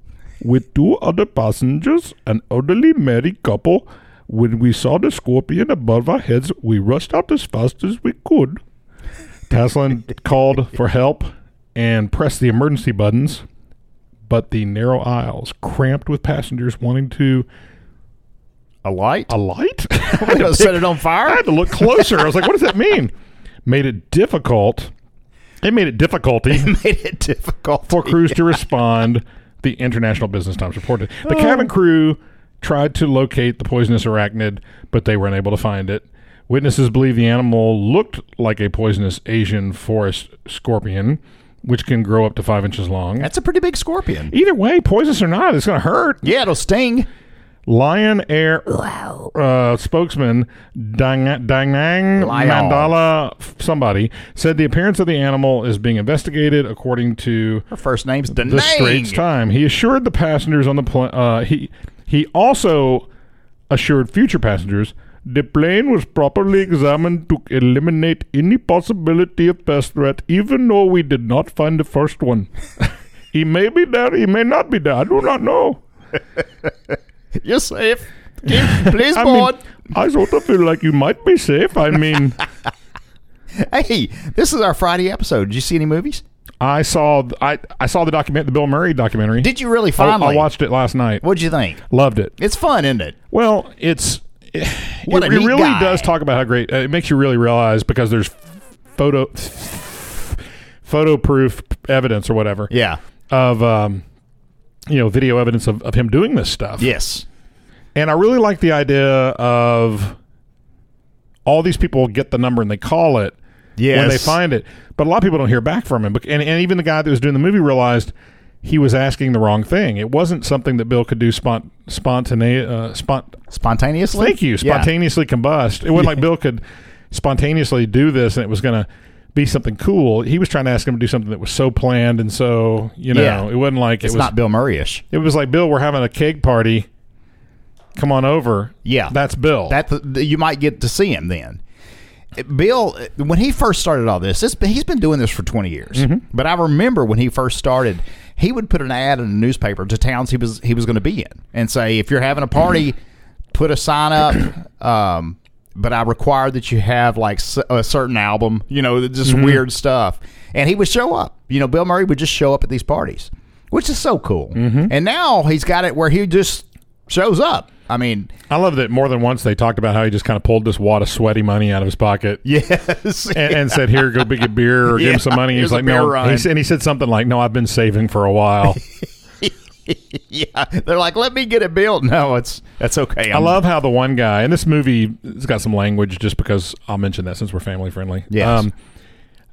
Speaker 3: with two other passengers, an elderly married couple. When we saw the scorpion above our heads, we rushed out as fast as we could. Taslin called for help and pressed the emergency buttons, but the narrow aisles, cramped with passengers wanting to
Speaker 4: A light?
Speaker 3: alight,
Speaker 4: I'm going to set it on
Speaker 3: I
Speaker 4: fire?
Speaker 3: had to look closer. I was like, what does that mean? Made it difficult. It made it difficulty
Speaker 4: Made it difficult.
Speaker 3: for crews to respond, the International Business Times reported. The cabin crew tried to locate the poisonous arachnid, but they were unable to find it. Witnesses believe the animal looked like a poisonous Asian forest scorpion, which can grow up to five inches long.
Speaker 4: That's a pretty big scorpion.
Speaker 3: Either way, poisonous or not, it's going to hurt.
Speaker 4: Yeah, it'll sting.
Speaker 3: Lion Air uh, spokesman Dang Dangang
Speaker 4: Lion.
Speaker 3: Mandala f- somebody said the appearance of the animal is being investigated according to
Speaker 4: Her first name's
Speaker 3: the Straits
Speaker 4: Denang.
Speaker 3: Time. He assured the passengers on the plane. Uh, he he also assured future passengers the plane was properly examined to eliminate any possibility of pest threat, even though we did not find the first one. he may be there. He may not be there. I do not know.
Speaker 4: You're safe. Keep- please
Speaker 3: I
Speaker 4: board.
Speaker 3: mean, I sort of feel like you might be safe. I mean,
Speaker 4: hey, this is our Friday episode. Did you see any movies?
Speaker 3: I saw I I saw the document, the Bill Murray documentary.
Speaker 4: Did you really
Speaker 3: I, I
Speaker 4: finally?
Speaker 3: watched it last night.
Speaker 4: What'd you think?
Speaker 3: Loved it.
Speaker 4: It's fun, isn't it?
Speaker 3: Well, it's it,
Speaker 4: What
Speaker 3: it
Speaker 4: a neat
Speaker 3: really
Speaker 4: guy.
Speaker 3: does talk about how great uh, it makes you really realize because there's photo photo proof evidence or whatever
Speaker 4: Yeah.
Speaker 3: of um, you know video evidence of, of him doing this stuff.
Speaker 4: Yes.
Speaker 3: And I really like the idea of all these people get the number and they call it
Speaker 4: Yes.
Speaker 3: when they find it. But a lot of people don't hear back from him. Bec- And, and even the guy that was doing the movie realized he was asking the wrong thing. It wasn't something that Bill could do spont- spontane- uh, spont-
Speaker 4: spontaneously.
Speaker 3: Thank you.
Speaker 4: Yeah.
Speaker 3: Spontaneously combust. It wasn't like Bill could spontaneously do this, and it was going to be something cool. He was trying to ask him to do something that was so planned and so you know
Speaker 4: Yeah.
Speaker 3: it wasn't like
Speaker 4: It's
Speaker 3: it was.
Speaker 4: not Bill Murray-ish.
Speaker 3: it was like Bill, we're having a keg party. Come on over.
Speaker 4: Yeah.
Speaker 3: that's Bill.
Speaker 4: That you might get to see him then. Bill, when he first started all this, this he's been doing this for 20 years. But I remember when he first started, he would put an ad in a newspaper to towns he was he was going to be in, and say, if you're having a party, put a sign up. Um, but I require that you have like s- a certain album, you know, just weird stuff. And he would show up. You know, Bill Murray would just show up at these parties, which is so cool. And now he's got it where he just shows up. I mean,
Speaker 3: I love that more than once they talked about how he just kind of pulled this wad of sweaty money out of his pocket.
Speaker 4: yes,
Speaker 3: and, and said, "Here, go get a beer or give him some money." He
Speaker 4: here's
Speaker 3: was
Speaker 4: a
Speaker 3: like,
Speaker 4: beer
Speaker 3: "No,"
Speaker 4: run.
Speaker 3: he, said- and he said something like, "No, I've been saving for a while."
Speaker 4: yeah, they're like, let me get it built. No, it's that's okay.
Speaker 3: I
Speaker 4: I'm-
Speaker 3: love how the one guy and this movie has got some language, just because I'll mention that since we're family friendly. Um,
Speaker 4: Yes.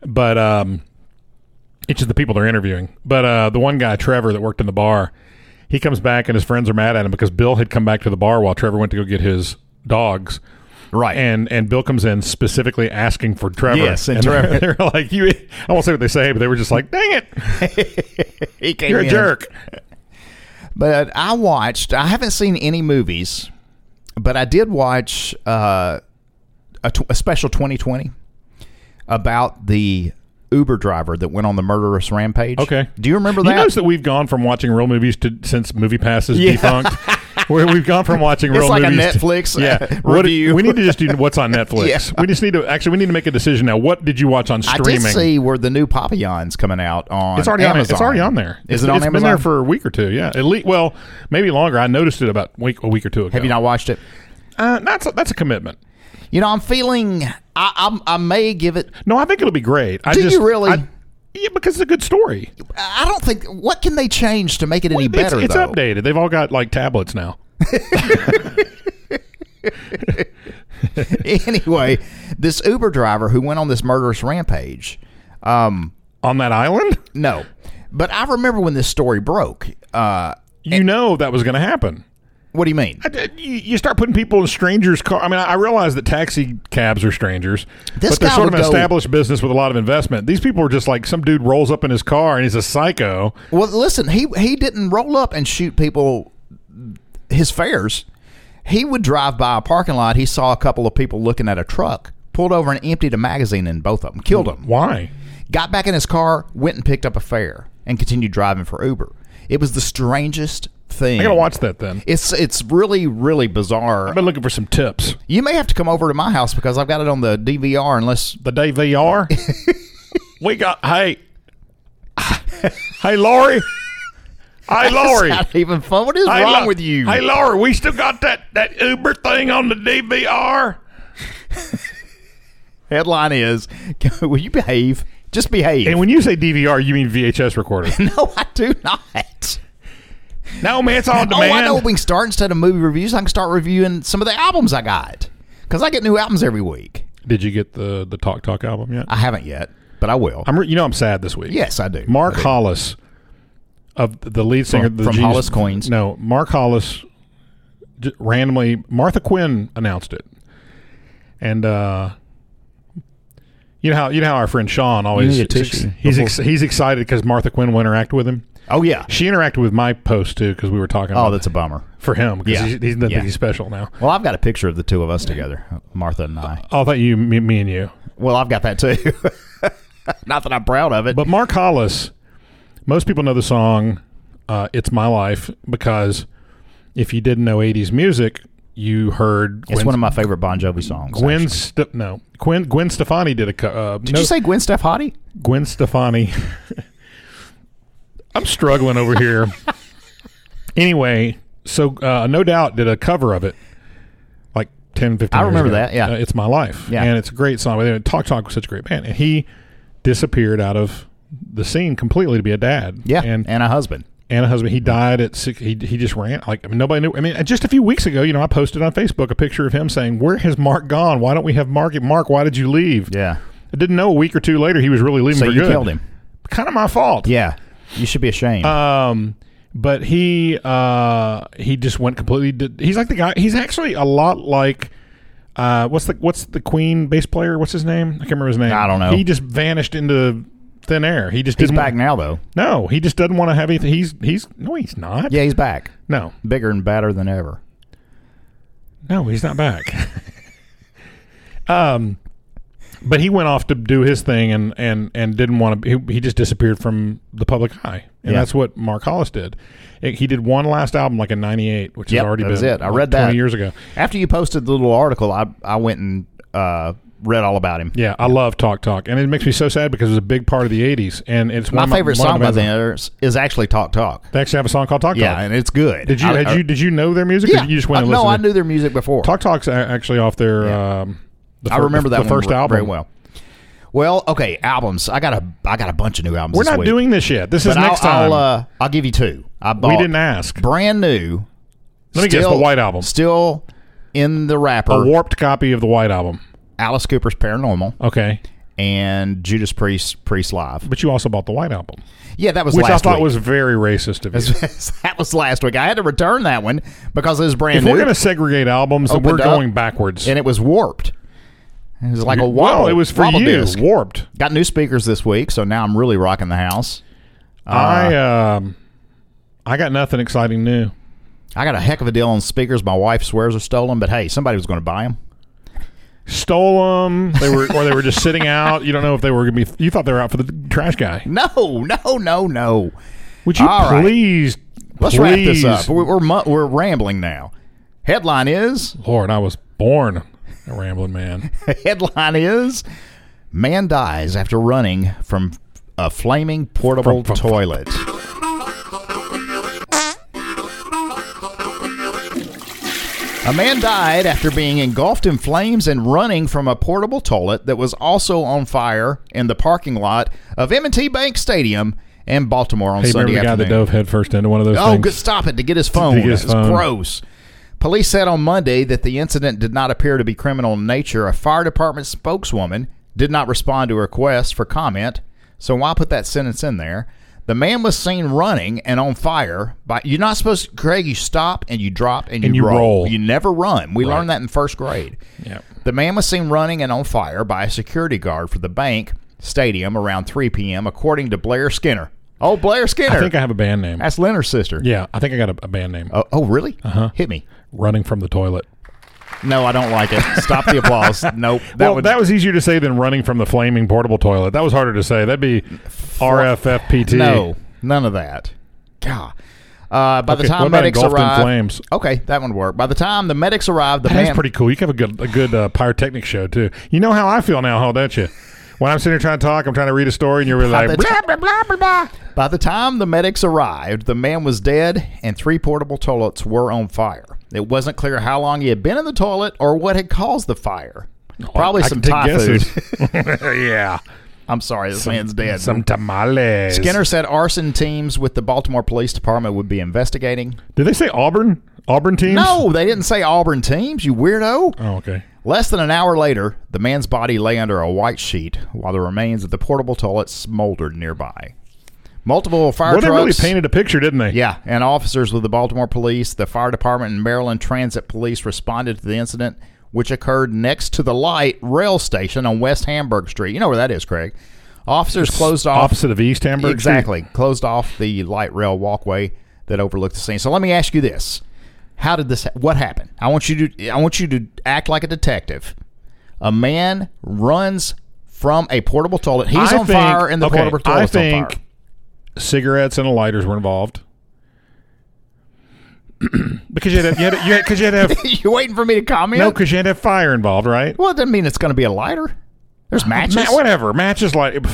Speaker 3: but um, it's just the people they're interviewing. But uh, the one guy, Trevor, that worked in the bar, he comes back and his friends are mad at him because Bill had come back to the bar while Trevor went to go get his dogs.
Speaker 4: right.
Speaker 3: and and Bill comes in specifically asking for Trevor.
Speaker 4: Yes, and
Speaker 3: they're-
Speaker 4: Trevor-
Speaker 3: They're, like, you. I won't say what they say, but they were just like, "Dang it,
Speaker 4: he came
Speaker 3: you're a
Speaker 4: in.
Speaker 3: jerk."
Speaker 4: But I watched. I haven't seen any movies, but I did watch uh, a, tw- a special 2020 about the Uber driver that went on the murderous rampage.
Speaker 3: Okay.
Speaker 4: Do you remember that?
Speaker 3: You notice that we've gone from watching real movies to since Movie Pass is
Speaker 4: Yeah.
Speaker 3: defunct. Where we've gone from watching
Speaker 4: It's
Speaker 3: real
Speaker 4: like a
Speaker 3: movies to-
Speaker 4: Netflix, uh,
Speaker 3: yeah. What do
Speaker 4: review.
Speaker 3: we need to just do what's on Netflix.
Speaker 4: Yeah.
Speaker 3: We just need to actually we need to make a decision now. What did you watch on
Speaker 4: I
Speaker 3: streaming?
Speaker 4: did see where the new Papillon's coming out on.
Speaker 3: it's already on.
Speaker 4: Amazon.
Speaker 3: It's already on there. It's-
Speaker 4: Is it on
Speaker 3: It's
Speaker 4: Amazon?
Speaker 3: been there for a week or two. Yeah, at least. Well, maybe longer. I noticed it about week a week or two ago.
Speaker 4: Have you not watched it?
Speaker 3: Uh, that's a, that's a commitment.
Speaker 4: You know, I'm feeling. I, I'm, I may give it
Speaker 3: No, I think it'll be great. I
Speaker 4: Do
Speaker 3: just,
Speaker 4: you really?
Speaker 3: I- yeah, because it's a good story.
Speaker 4: I don't think. What can they change to make it any
Speaker 3: It's-
Speaker 4: better?
Speaker 3: It's,
Speaker 4: though?
Speaker 3: updated. They've all got like tablets now.
Speaker 4: anyway, this Uber driver who went on this murderous rampage. Um,
Speaker 3: On that island,
Speaker 4: no, but I remember when this story broke. Uh,
Speaker 3: you know that was going to happen.
Speaker 4: what do you mean?
Speaker 3: I- I- you- you start putting people in strangers' car. I mean, I I realize that taxi cabs are strangers,
Speaker 4: This
Speaker 3: but they're
Speaker 4: guy
Speaker 3: sort of
Speaker 4: would
Speaker 3: an
Speaker 4: go-
Speaker 3: established business with a lot of investment. These people are just like some dude rolls up in his car and he's a psycho.
Speaker 4: Well, listen, he he didn't roll up and shoot people his fares. He would drive by a parking lot. He saw a couple of people looking at a truck, pulled over and emptied a magazine in both of them, killed
Speaker 3: Mm,
Speaker 4: them.
Speaker 3: Why?
Speaker 4: got back in his car, went and picked up a fare, and continued driving for Uber. It was the strangest thing.
Speaker 3: I gotta watch that then.
Speaker 4: It's it's really really bizarre.
Speaker 3: I've been looking for some tips.
Speaker 4: You may have to come over to my house because I've got it on the DVR. Unless
Speaker 3: The day VR, we got hey, hey Lori, hey Lori.
Speaker 4: It's not even fun. What is
Speaker 3: Hey,
Speaker 4: wrong
Speaker 3: Lo-
Speaker 4: with you?
Speaker 3: Hey, Laura, we still got that, that Uber thing on the DVR.
Speaker 4: Headline is: Will you behave? Just behave.
Speaker 3: And when you say DVR, you mean VHS recorder.
Speaker 4: no, I do not.
Speaker 3: no, man, it's on
Speaker 4: Oh, I
Speaker 3: demand.
Speaker 4: know. We can start instead of movie reviews. I can start reviewing some of the albums I got because I get new albums every week.
Speaker 3: Did you get the, the Talk Talk album yet?
Speaker 4: I haven't yet, but I will.
Speaker 3: I'm re- you know I'm sad this week.
Speaker 4: yes, I do.
Speaker 3: Mark
Speaker 4: I do.
Speaker 3: Hollis of the lead singer
Speaker 4: From-
Speaker 3: the
Speaker 4: from
Speaker 3: Genius-
Speaker 4: Hollis Coins.
Speaker 3: No, Mark Hollis j- randomly Martha Quinn announced it, and uh, you know how you know how our friend Sean always
Speaker 4: need a
Speaker 3: he's,
Speaker 4: tissue
Speaker 3: he's,
Speaker 4: before-
Speaker 3: ex- he's excited because Martha Quinn will interact with him.
Speaker 4: Oh yeah.
Speaker 3: She interacted with my post too because we were talking.
Speaker 4: Oh,
Speaker 3: about
Speaker 4: that's a bummer.
Speaker 3: for him because
Speaker 4: Yeah.
Speaker 3: he he's nothing
Speaker 4: Yeah.
Speaker 3: he's special now.
Speaker 4: Well, I've got a picture of the two of us together, Martha and I.
Speaker 3: I'll thank you, me, me and you.
Speaker 4: Well, I've got that too. Not that I'm proud of it.
Speaker 3: But Mark Hollis, most people know the song uh, "It's My Life" because if you didn't know '80s music, you heard
Speaker 4: it's one of my favorite Bon Jovi songs.
Speaker 3: Gwen.
Speaker 4: actually.
Speaker 3: St- no, Gwen. Gwen Stefani did a. co- Uh,
Speaker 4: Did you say Gwen Stefani?
Speaker 3: Gwen Stefani. I'm struggling over here. anyway, so uh, no doubt did a cover of it like 10, 15
Speaker 4: I
Speaker 3: years
Speaker 4: remember
Speaker 3: ago.
Speaker 4: that, yeah.
Speaker 3: Uh, it's my life.
Speaker 4: Yeah.
Speaker 3: And it's a great song. But anyway, Talk Talk was such a great band. And he disappeared out of the scene completely to be a dad.
Speaker 4: Yeah, and,
Speaker 3: And
Speaker 4: a husband.
Speaker 3: and a husband. He died at six. He, he just ran. Like I mean, nobody knew. I mean, just a few weeks ago, you know, I posted on Facebook a picture of him saying, "Where has Mark gone? Why don't we have Mark? Mark, why did you leave?"
Speaker 4: Yeah.
Speaker 3: I didn't know a week or two later he was really leaving.
Speaker 4: So
Speaker 3: for
Speaker 4: you
Speaker 3: good.
Speaker 4: killed him.
Speaker 3: Kind of my fault.
Speaker 4: Yeah. You should be ashamed.
Speaker 3: Um, but he uh he just went completely. Did, he's like the guy. He's actually a lot like Uh, what's the what's the Queen bass player? What's his name? I can't remember his name.
Speaker 4: I don't know.
Speaker 3: He just vanished into thin air. He just
Speaker 4: He's
Speaker 3: didn't
Speaker 4: back
Speaker 3: want,
Speaker 4: now, though.
Speaker 3: No, he just doesn't want to have anything. He's he's no, he's not.
Speaker 4: Yeah, he's back.
Speaker 3: No,
Speaker 4: Bigger and badder than ever.
Speaker 3: no, he's not back. um, but he went off to do his thing and and and didn't want to. He, he just disappeared from the public eye, and
Speaker 4: Yeah.
Speaker 3: that's what Mark Hollis did. It- he did one last album like in '98, which
Speaker 4: Yep,
Speaker 3: has already
Speaker 4: that
Speaker 3: been
Speaker 4: was it. I
Speaker 3: like,
Speaker 4: read
Speaker 3: 20
Speaker 4: that.
Speaker 3: years ago.
Speaker 4: After you posted the little article, I, I went and uh, read all about him.
Speaker 3: Yeah, I love Talk Talk, and it makes me so sad because it was a big part of the '80s, and it's
Speaker 4: My
Speaker 3: one of
Speaker 4: favorite
Speaker 3: one of
Speaker 4: song by
Speaker 3: bands-
Speaker 4: the others is actually Talk Talk.
Speaker 3: They actually have a song called Talk
Speaker 4: Yeah,
Speaker 3: Talk.
Speaker 4: and it's good.
Speaker 3: Did you
Speaker 4: I-
Speaker 3: had you did you know their music? or
Speaker 4: Yeah.
Speaker 3: you just went
Speaker 4: Uh,
Speaker 3: and
Speaker 4: no,
Speaker 3: listened
Speaker 4: I
Speaker 3: to-
Speaker 4: knew their music before.
Speaker 3: Talk Talk's a- actually off their. Um, the
Speaker 4: I
Speaker 3: fir-
Speaker 4: remember
Speaker 3: the,
Speaker 4: that
Speaker 3: the
Speaker 4: one
Speaker 3: first
Speaker 4: re-
Speaker 3: album
Speaker 4: very well. Well, okay, albums. I got a I got a bunch of new albums.
Speaker 3: We're
Speaker 4: this
Speaker 3: not
Speaker 4: week.
Speaker 3: doing this yet. This is
Speaker 4: But
Speaker 3: next
Speaker 4: I'll,
Speaker 3: time.
Speaker 4: I'll, uh, I'll give you two. I bought
Speaker 3: we didn't ask.
Speaker 4: brand new.
Speaker 3: Let me guess, the White Album.
Speaker 4: Still in the
Speaker 3: A
Speaker 4: wrapper.
Speaker 3: warped copy of the White Album.
Speaker 4: Alice Cooper's Paranormal
Speaker 3: Okay,
Speaker 4: and Judas Priest Priest Live.
Speaker 3: but you also bought the White Album,
Speaker 4: Yeah, that was
Speaker 3: which I
Speaker 4: last
Speaker 3: thought
Speaker 4: week.
Speaker 3: was very racist of you.
Speaker 4: that was last week. I had to return that one because it was brand
Speaker 3: If
Speaker 4: new
Speaker 3: we're going to segregate albums, then we're
Speaker 4: Opened up.
Speaker 3: going backwards.
Speaker 4: and it was warped. It was like a wobble.
Speaker 3: well, it was for
Speaker 4: wobble
Speaker 3: you.
Speaker 4: disc.
Speaker 3: Warped.
Speaker 4: Got new speakers this week, so now I'm really rocking the house. Ah.
Speaker 3: I um, I got nothing exciting new.
Speaker 4: I got a heck of a deal on speakers. My wife swears are stolen, but hey, somebody was going to buy them.
Speaker 3: Stole them. They were or they were just sitting out. You don't know if they were going to be. You thought they were out for the trash guy.
Speaker 4: No, no, no, no.
Speaker 3: Would you
Speaker 4: All right.
Speaker 3: please?
Speaker 4: Let's wrap this up.
Speaker 3: please-
Speaker 4: We're we're, mu- we're rambling now. Headline is
Speaker 3: Lord, I was born a rambling man.
Speaker 4: headline is man dies after running from a flaming portable
Speaker 3: From- from-
Speaker 4: toilet. A man died after being engulfed in flames and running from a portable toilet that was also on fire in the parking lot of M&T Bank Stadium in Baltimore on
Speaker 3: Hey, remember
Speaker 4: Sunday
Speaker 3: the guy that
Speaker 4: afternoon.
Speaker 3: dove headfirst into one of those
Speaker 4: Oh,
Speaker 3: things?
Speaker 4: good. Stop it to get his phone.
Speaker 3: get his
Speaker 4: It's
Speaker 3: phone.
Speaker 4: gross. Police said on Monday that the incident did not appear to be criminal in nature. A fire department spokeswoman did not respond to a request for comment. So why put that sentence in there? The man was seen running and on fire. By you're not supposed, to, Craig. You stop and you drop and you,
Speaker 3: And you roll.
Speaker 4: You never run. We learned that in first grade.
Speaker 3: Yeah.
Speaker 4: The man was seen running and on fire by a security guard for the bank stadium around 3 p.m. According to Blair Skinner. Oh, Blair Skinner.
Speaker 3: I think I have a band name.
Speaker 4: That's Leonard's sister.
Speaker 3: Yeah, I think I got a, a band name.
Speaker 4: Oh, oh really? Uh-huh. Hit me.
Speaker 3: Running from the toilet.
Speaker 4: No, I don't like it. Stop the applause. Nope. That
Speaker 3: well,
Speaker 4: would
Speaker 3: that was easier to say than running from the flaming portable toilet. That was harder to say. That'd be RFFPT.
Speaker 4: no, none of that. God. Uh, by
Speaker 3: Okay,
Speaker 4: the time
Speaker 3: what about
Speaker 4: medics
Speaker 3: engulfed in
Speaker 4: arrived,
Speaker 3: flames?
Speaker 4: okay, that one worked. By the time the medics arrived, the
Speaker 3: That's
Speaker 4: man
Speaker 3: pretty cool. You can have a good a good uh, pyrotechnic show too. You know how I feel now, huh, don't you? When I'm sitting here trying to talk, I'm trying to read a story, and you're really
Speaker 4: by
Speaker 3: like,
Speaker 4: the,
Speaker 3: "Blah."
Speaker 4: blah, blah, blah, blah. by the time the medics arrived, the man was dead, and three portable toilets were on fire. It wasn't clear how long he had been in the toilet or what had caused the fire. Probably
Speaker 3: Oh, I
Speaker 4: some
Speaker 3: can
Speaker 4: Thai
Speaker 3: take
Speaker 4: food.
Speaker 3: guesses. yeah,
Speaker 4: I'm sorry, this man's dead.
Speaker 3: some tamales.
Speaker 4: Skinner said arson teams with the Baltimore Police Department would be investigating.
Speaker 3: Did they say Auburn? Auburn teams?
Speaker 4: No, they didn't say Auburn teams, you weirdo.
Speaker 3: Oh, okay.
Speaker 4: Less than an hour later, the man's body lay under a white sheet while the remains of the portable toilet smoldered nearby. Multiple fire
Speaker 3: Well, they really
Speaker 4: trucks.
Speaker 3: painted a picture, didn't they?
Speaker 4: yeah, and officers with the Baltimore Police, the fire department, and Maryland Transit Police responded to the incident, which occurred next to the light rail station on West Hamburg Street. You know where that is, Craig. Officers closed off
Speaker 3: Opposite of East Hamburg. Street?
Speaker 4: Exactly. Closed off the light rail walkway that overlooked the scene. So let me ask you this: How did this? What happened? I want you to. I want you to act like a detective. A man runs from a portable toilet. He's
Speaker 3: I
Speaker 4: on
Speaker 3: think-
Speaker 4: fire, and the
Speaker 3: okay,
Speaker 4: portable
Speaker 3: I
Speaker 4: toilet's
Speaker 3: think
Speaker 4: on fire.
Speaker 3: cigarettes and lighters were involved. because you had to, you had to, you had, cause you had to have
Speaker 4: you waiting for me to comment?
Speaker 3: no, because you had to have fire involved, right?
Speaker 4: well, it doesn't mean it's going to be a lighter. There's matches.
Speaker 3: Ma- whatever matches like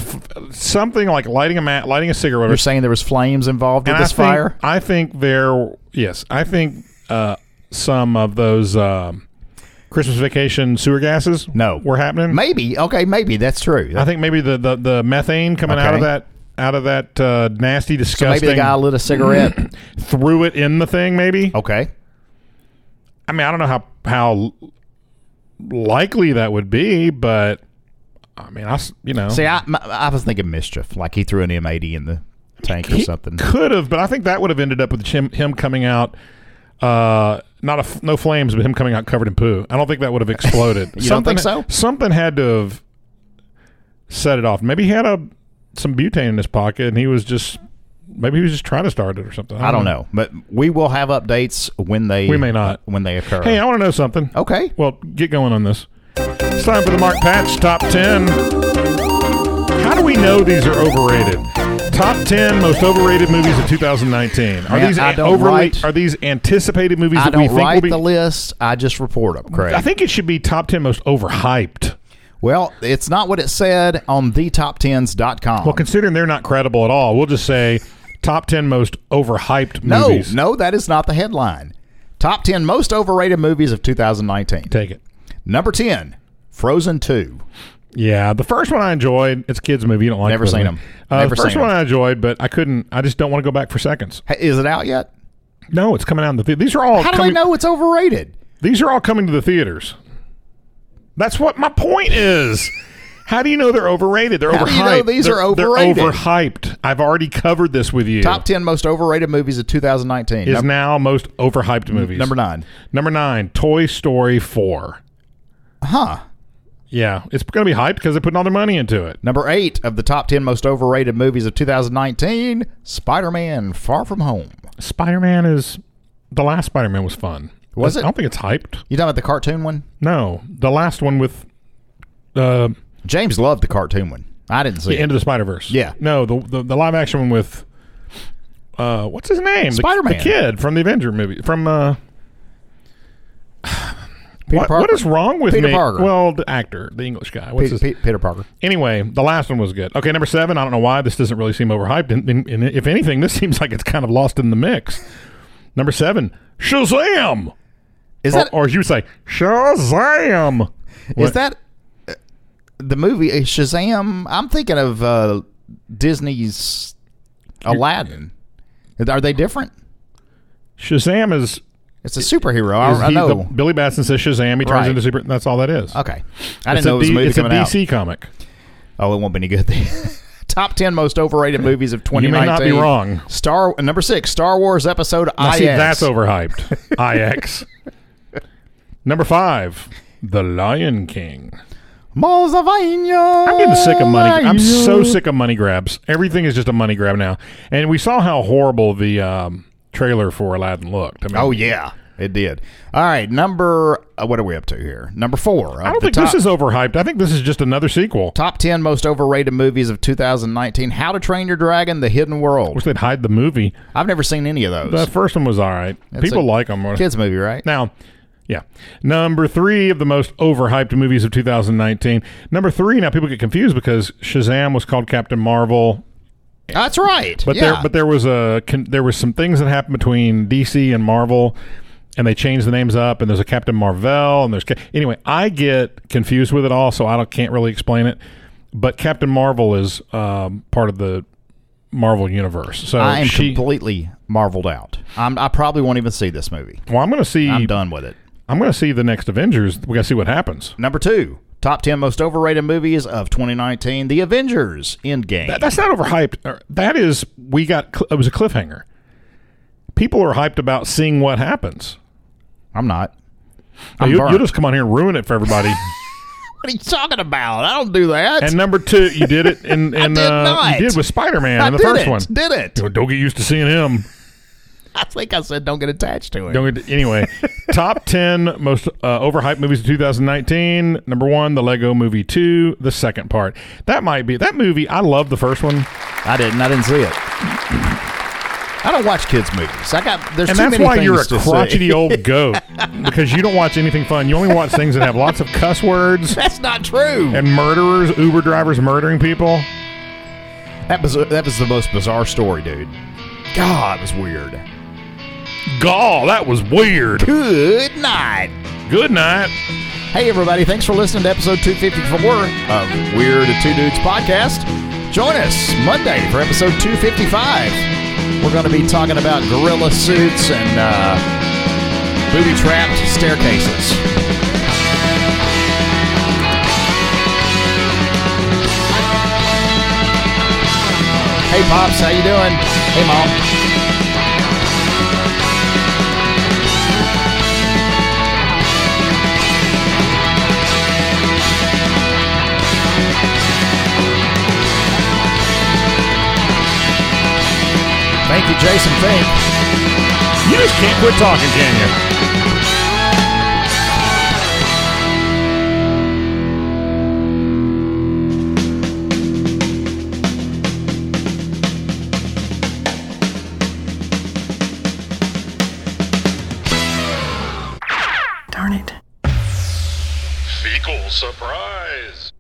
Speaker 3: something like lighting a mat, lighting a cigarette.
Speaker 4: You're saying there was flames involved with
Speaker 3: and I
Speaker 4: this
Speaker 3: think,
Speaker 4: fire?
Speaker 3: I think there. Yes, I think uh, some of those um, Christmas vacation sewer gases.
Speaker 4: No.
Speaker 3: were happening.
Speaker 4: Maybe. Okay, maybe that's true.
Speaker 3: I think maybe the, the, the methane coming out of
Speaker 4: Okay.
Speaker 3: that out of that uh, nasty
Speaker 4: maybe
Speaker 3: disgusting
Speaker 4: the guy lit a cigarette.
Speaker 3: threw it in the thing. Maybe
Speaker 4: okay.
Speaker 3: I mean I don't know how how likely that would be, but I mean I s- you know
Speaker 4: See, I, my, I was thinking mischief, like he threw an M80 in the tank or
Speaker 3: he
Speaker 4: something.
Speaker 3: could have, but I think that would have ended up with him, him coming out Uh, not a f- no flames, but him coming out covered in poo. I don't think that would have exploded.
Speaker 4: You don't think so?
Speaker 3: Something had to have set it off. Maybe he had a some butane in his pocket, and he was just maybe he was just trying to start it or something.
Speaker 4: I don't know, but we will have updates when they
Speaker 3: We may not.
Speaker 4: when they occur.
Speaker 3: Hey, I want to know something.
Speaker 4: okay.
Speaker 3: Well, get going on this. It's time for the Mark Patch Top 10. How do we know these are overrated? Top 10 most overrated movies of 2019. Are
Speaker 4: Man,
Speaker 3: these
Speaker 4: I
Speaker 3: an-
Speaker 4: don't
Speaker 3: overly,
Speaker 4: write-
Speaker 3: are these anticipated movies
Speaker 4: I
Speaker 3: that we
Speaker 4: don't
Speaker 3: think
Speaker 4: write the
Speaker 3: will be
Speaker 4: list. I just report them. Craig.
Speaker 3: I think it should be top 10 most overhyped.
Speaker 4: well, it's not what it said on thetop10s.com.
Speaker 3: Well, considering they're not credible at all, we'll just say top 10 most overhyped
Speaker 4: no,
Speaker 3: movies.
Speaker 4: no, that is not the headline. Top 10 most overrated movies of 2019.
Speaker 3: Take it.
Speaker 4: Number 10, Frozen 2.
Speaker 3: Yeah, the first one I enjoyed. It's a kids movie. You don't like
Speaker 4: Never
Speaker 3: those
Speaker 4: seen
Speaker 3: movies.
Speaker 4: 'em.
Speaker 3: Uh,
Speaker 4: Never
Speaker 3: the first
Speaker 4: seen
Speaker 3: one
Speaker 4: 'em.
Speaker 3: I enjoyed, but I couldn't. I just don't want to go back for seconds.
Speaker 4: Hey, Is it out yet?
Speaker 3: No, it's coming out in the theater. These are all
Speaker 4: How do
Speaker 3: coming,
Speaker 4: I know it's overrated?
Speaker 3: These are all coming to the theaters. That's what my point is. How do you know they're overrated? They're
Speaker 4: How
Speaker 3: overhyped.
Speaker 4: do you know these
Speaker 3: They're-
Speaker 4: are
Speaker 3: they're
Speaker 4: overrated?
Speaker 3: overhyped. I've already covered this with you.
Speaker 4: Top 10 most overrated movies of 2019.
Speaker 3: is
Speaker 4: Num-
Speaker 3: now most overhyped movies.
Speaker 4: number 9.
Speaker 3: Number nine, Toy Story four.
Speaker 4: Huh.
Speaker 3: Yeah, it's going to be hyped because they're putting all their money into it.
Speaker 4: Number 8 of the top 10 most overrated movies of 2019, Spider-Man Far From Home.
Speaker 3: Spider Man is the last Spider Man was fun.
Speaker 4: Was
Speaker 3: I
Speaker 4: it?
Speaker 3: don't think it's hyped.
Speaker 4: You talking about the cartoon one?
Speaker 3: No, the last one with uh,
Speaker 4: James loved the cartoon one. I didn't see
Speaker 3: the
Speaker 4: it.
Speaker 3: end of the Spider Verse.
Speaker 4: Yeah.
Speaker 3: No, the, the the live action one with uh, what's his name? The-
Speaker 4: Spider-Man.
Speaker 3: the kid from the Avenger movie. From uh,
Speaker 4: Peter
Speaker 3: what,
Speaker 4: Parker.
Speaker 3: what is wrong with
Speaker 4: Peter
Speaker 3: me?
Speaker 4: Parker.
Speaker 3: Well, the actor, the English guy. What's
Speaker 4: Pe-
Speaker 3: his?
Speaker 4: Pe- Peter Parker.
Speaker 3: Anyway, the last one was good. Okay, number seven. I don't know why this doesn't really seem overhyped, and, and, and if anything, this seems like it's kind of lost in the mix. Number seven, Shazam,
Speaker 4: Is
Speaker 3: or,
Speaker 4: that
Speaker 3: or as you say, Shazam.
Speaker 4: Is
Speaker 3: What?
Speaker 4: that uh, the movie uh, Shazam? I'm thinking of uh, Disney's Aladdin. Are they different?
Speaker 3: Shazam? Is, is
Speaker 4: It's a superhero. I, Oh, I
Speaker 3: he the-
Speaker 4: know.
Speaker 3: Billy Batson says Shazam. He turns
Speaker 4: Right.
Speaker 3: into super. That's all that is.
Speaker 4: okay, I didn't
Speaker 3: It's a
Speaker 4: know it was a
Speaker 3: D-
Speaker 4: movie
Speaker 3: it's a
Speaker 4: coming out.
Speaker 3: DC comic.
Speaker 4: Oh, it won't be any good. Then. Top ten most overrated movies of
Speaker 3: may
Speaker 4: 2019.
Speaker 3: not be wrong.
Speaker 4: Star number six, Star Wars Episode
Speaker 3: I
Speaker 4: IX.
Speaker 3: see that's overhyped. IX. Number five, The Lion King. I'm
Speaker 4: I'm
Speaker 3: getting sick of money. I'm
Speaker 4: Ah,
Speaker 3: so sick of money grabs. Everything is just a money grab now. And we saw how horrible the um, trailer for Aladdin looked. I mean,
Speaker 4: Oh yeah, it did. All right, number. Uh, what are we up to here? Number four.
Speaker 3: I don't think this is overhyped. I think this is just another sequel.
Speaker 4: Top 10 most overrated movies of 2019 How to Train Your Dragon, The Hidden
Speaker 3: Wish
Speaker 4: World.
Speaker 3: they'd hide the movie.
Speaker 4: I've never seen any of
Speaker 3: The
Speaker 4: those.
Speaker 3: first one was all right.
Speaker 4: That's
Speaker 3: People
Speaker 4: a
Speaker 3: like them.
Speaker 4: Kids movie, right?
Speaker 3: Now, yeah. Number three of the most overhyped movies of 2019. Number three, now people get confused because Shazam was called Captain Marvel.
Speaker 4: That's right.
Speaker 3: But there,
Speaker 4: yeah.
Speaker 3: but there was a con, there was some things that happened between DC and Marvel, and they changed the names up. And there's a Captain Marvel, and there's Ca- anyway. I get confused with it all, so I don't, can't really explain it. But Captain Marvel is um, part of the Marvel universe. So
Speaker 4: I am
Speaker 3: uh, she.
Speaker 4: completely marveled out. I'm, I probably won't even see this movie.
Speaker 3: well, I'm going to see.
Speaker 4: I'm
Speaker 3: I'm,
Speaker 4: done with it.
Speaker 3: going to see the next Avengers. We got to see what happens.
Speaker 4: Number two, top 10 most overrated movies of 2019 The Avengers Endgame.
Speaker 3: That- That's not overhyped. Or- That is, we got. cl- It was a cliffhanger. People are hyped about seeing what happens.
Speaker 4: I'm not. I'm
Speaker 3: you,
Speaker 4: burned.
Speaker 3: will just come on here and ruin it for everybody.
Speaker 4: what are you talking about? I don't do that.
Speaker 3: and number two, you did it, and and
Speaker 4: did
Speaker 3: uh,
Speaker 4: not.
Speaker 3: you did with Spider Man
Speaker 4: I
Speaker 3: in the
Speaker 4: did
Speaker 3: first
Speaker 4: it.
Speaker 3: one.
Speaker 4: Did it.
Speaker 3: You know, Don't get used to seeing him.
Speaker 4: I think I said don't get attached to it.
Speaker 3: Don't get anyway. top ten most uh, overhyped movies of 2019. Number one, The Lego Movie Two, the second part. That might be that movie. I love the first one,
Speaker 4: I didn't. I didn't see it. I don't watch kids' movies. I got there's
Speaker 3: and
Speaker 4: too
Speaker 3: that's
Speaker 4: many
Speaker 3: why
Speaker 4: things
Speaker 3: you're a
Speaker 4: to
Speaker 3: crotchety
Speaker 4: see.
Speaker 3: old goat because you don't watch anything fun. You only watch things that have lots of cuss words
Speaker 4: That's not true.
Speaker 3: and murderers, Uber drivers murdering people.
Speaker 4: that was that was the most bizarre story, dude. God, it was weird.
Speaker 3: Gall, that was weird.
Speaker 4: Good night.
Speaker 3: Good night.
Speaker 4: Hey, everybody! Thanks for listening to episode 254 of Weird Two Dudes podcast. Join us Monday for episode 255. We're going to be talking about gorilla suits and uh, booby trapped staircases. Hey, pops, how you doing? Hey, mom. Thank you, Jason Fink.
Speaker 3: You just can't quit talking, can you?
Speaker 6: Darn it.
Speaker 1: Fecal surprise.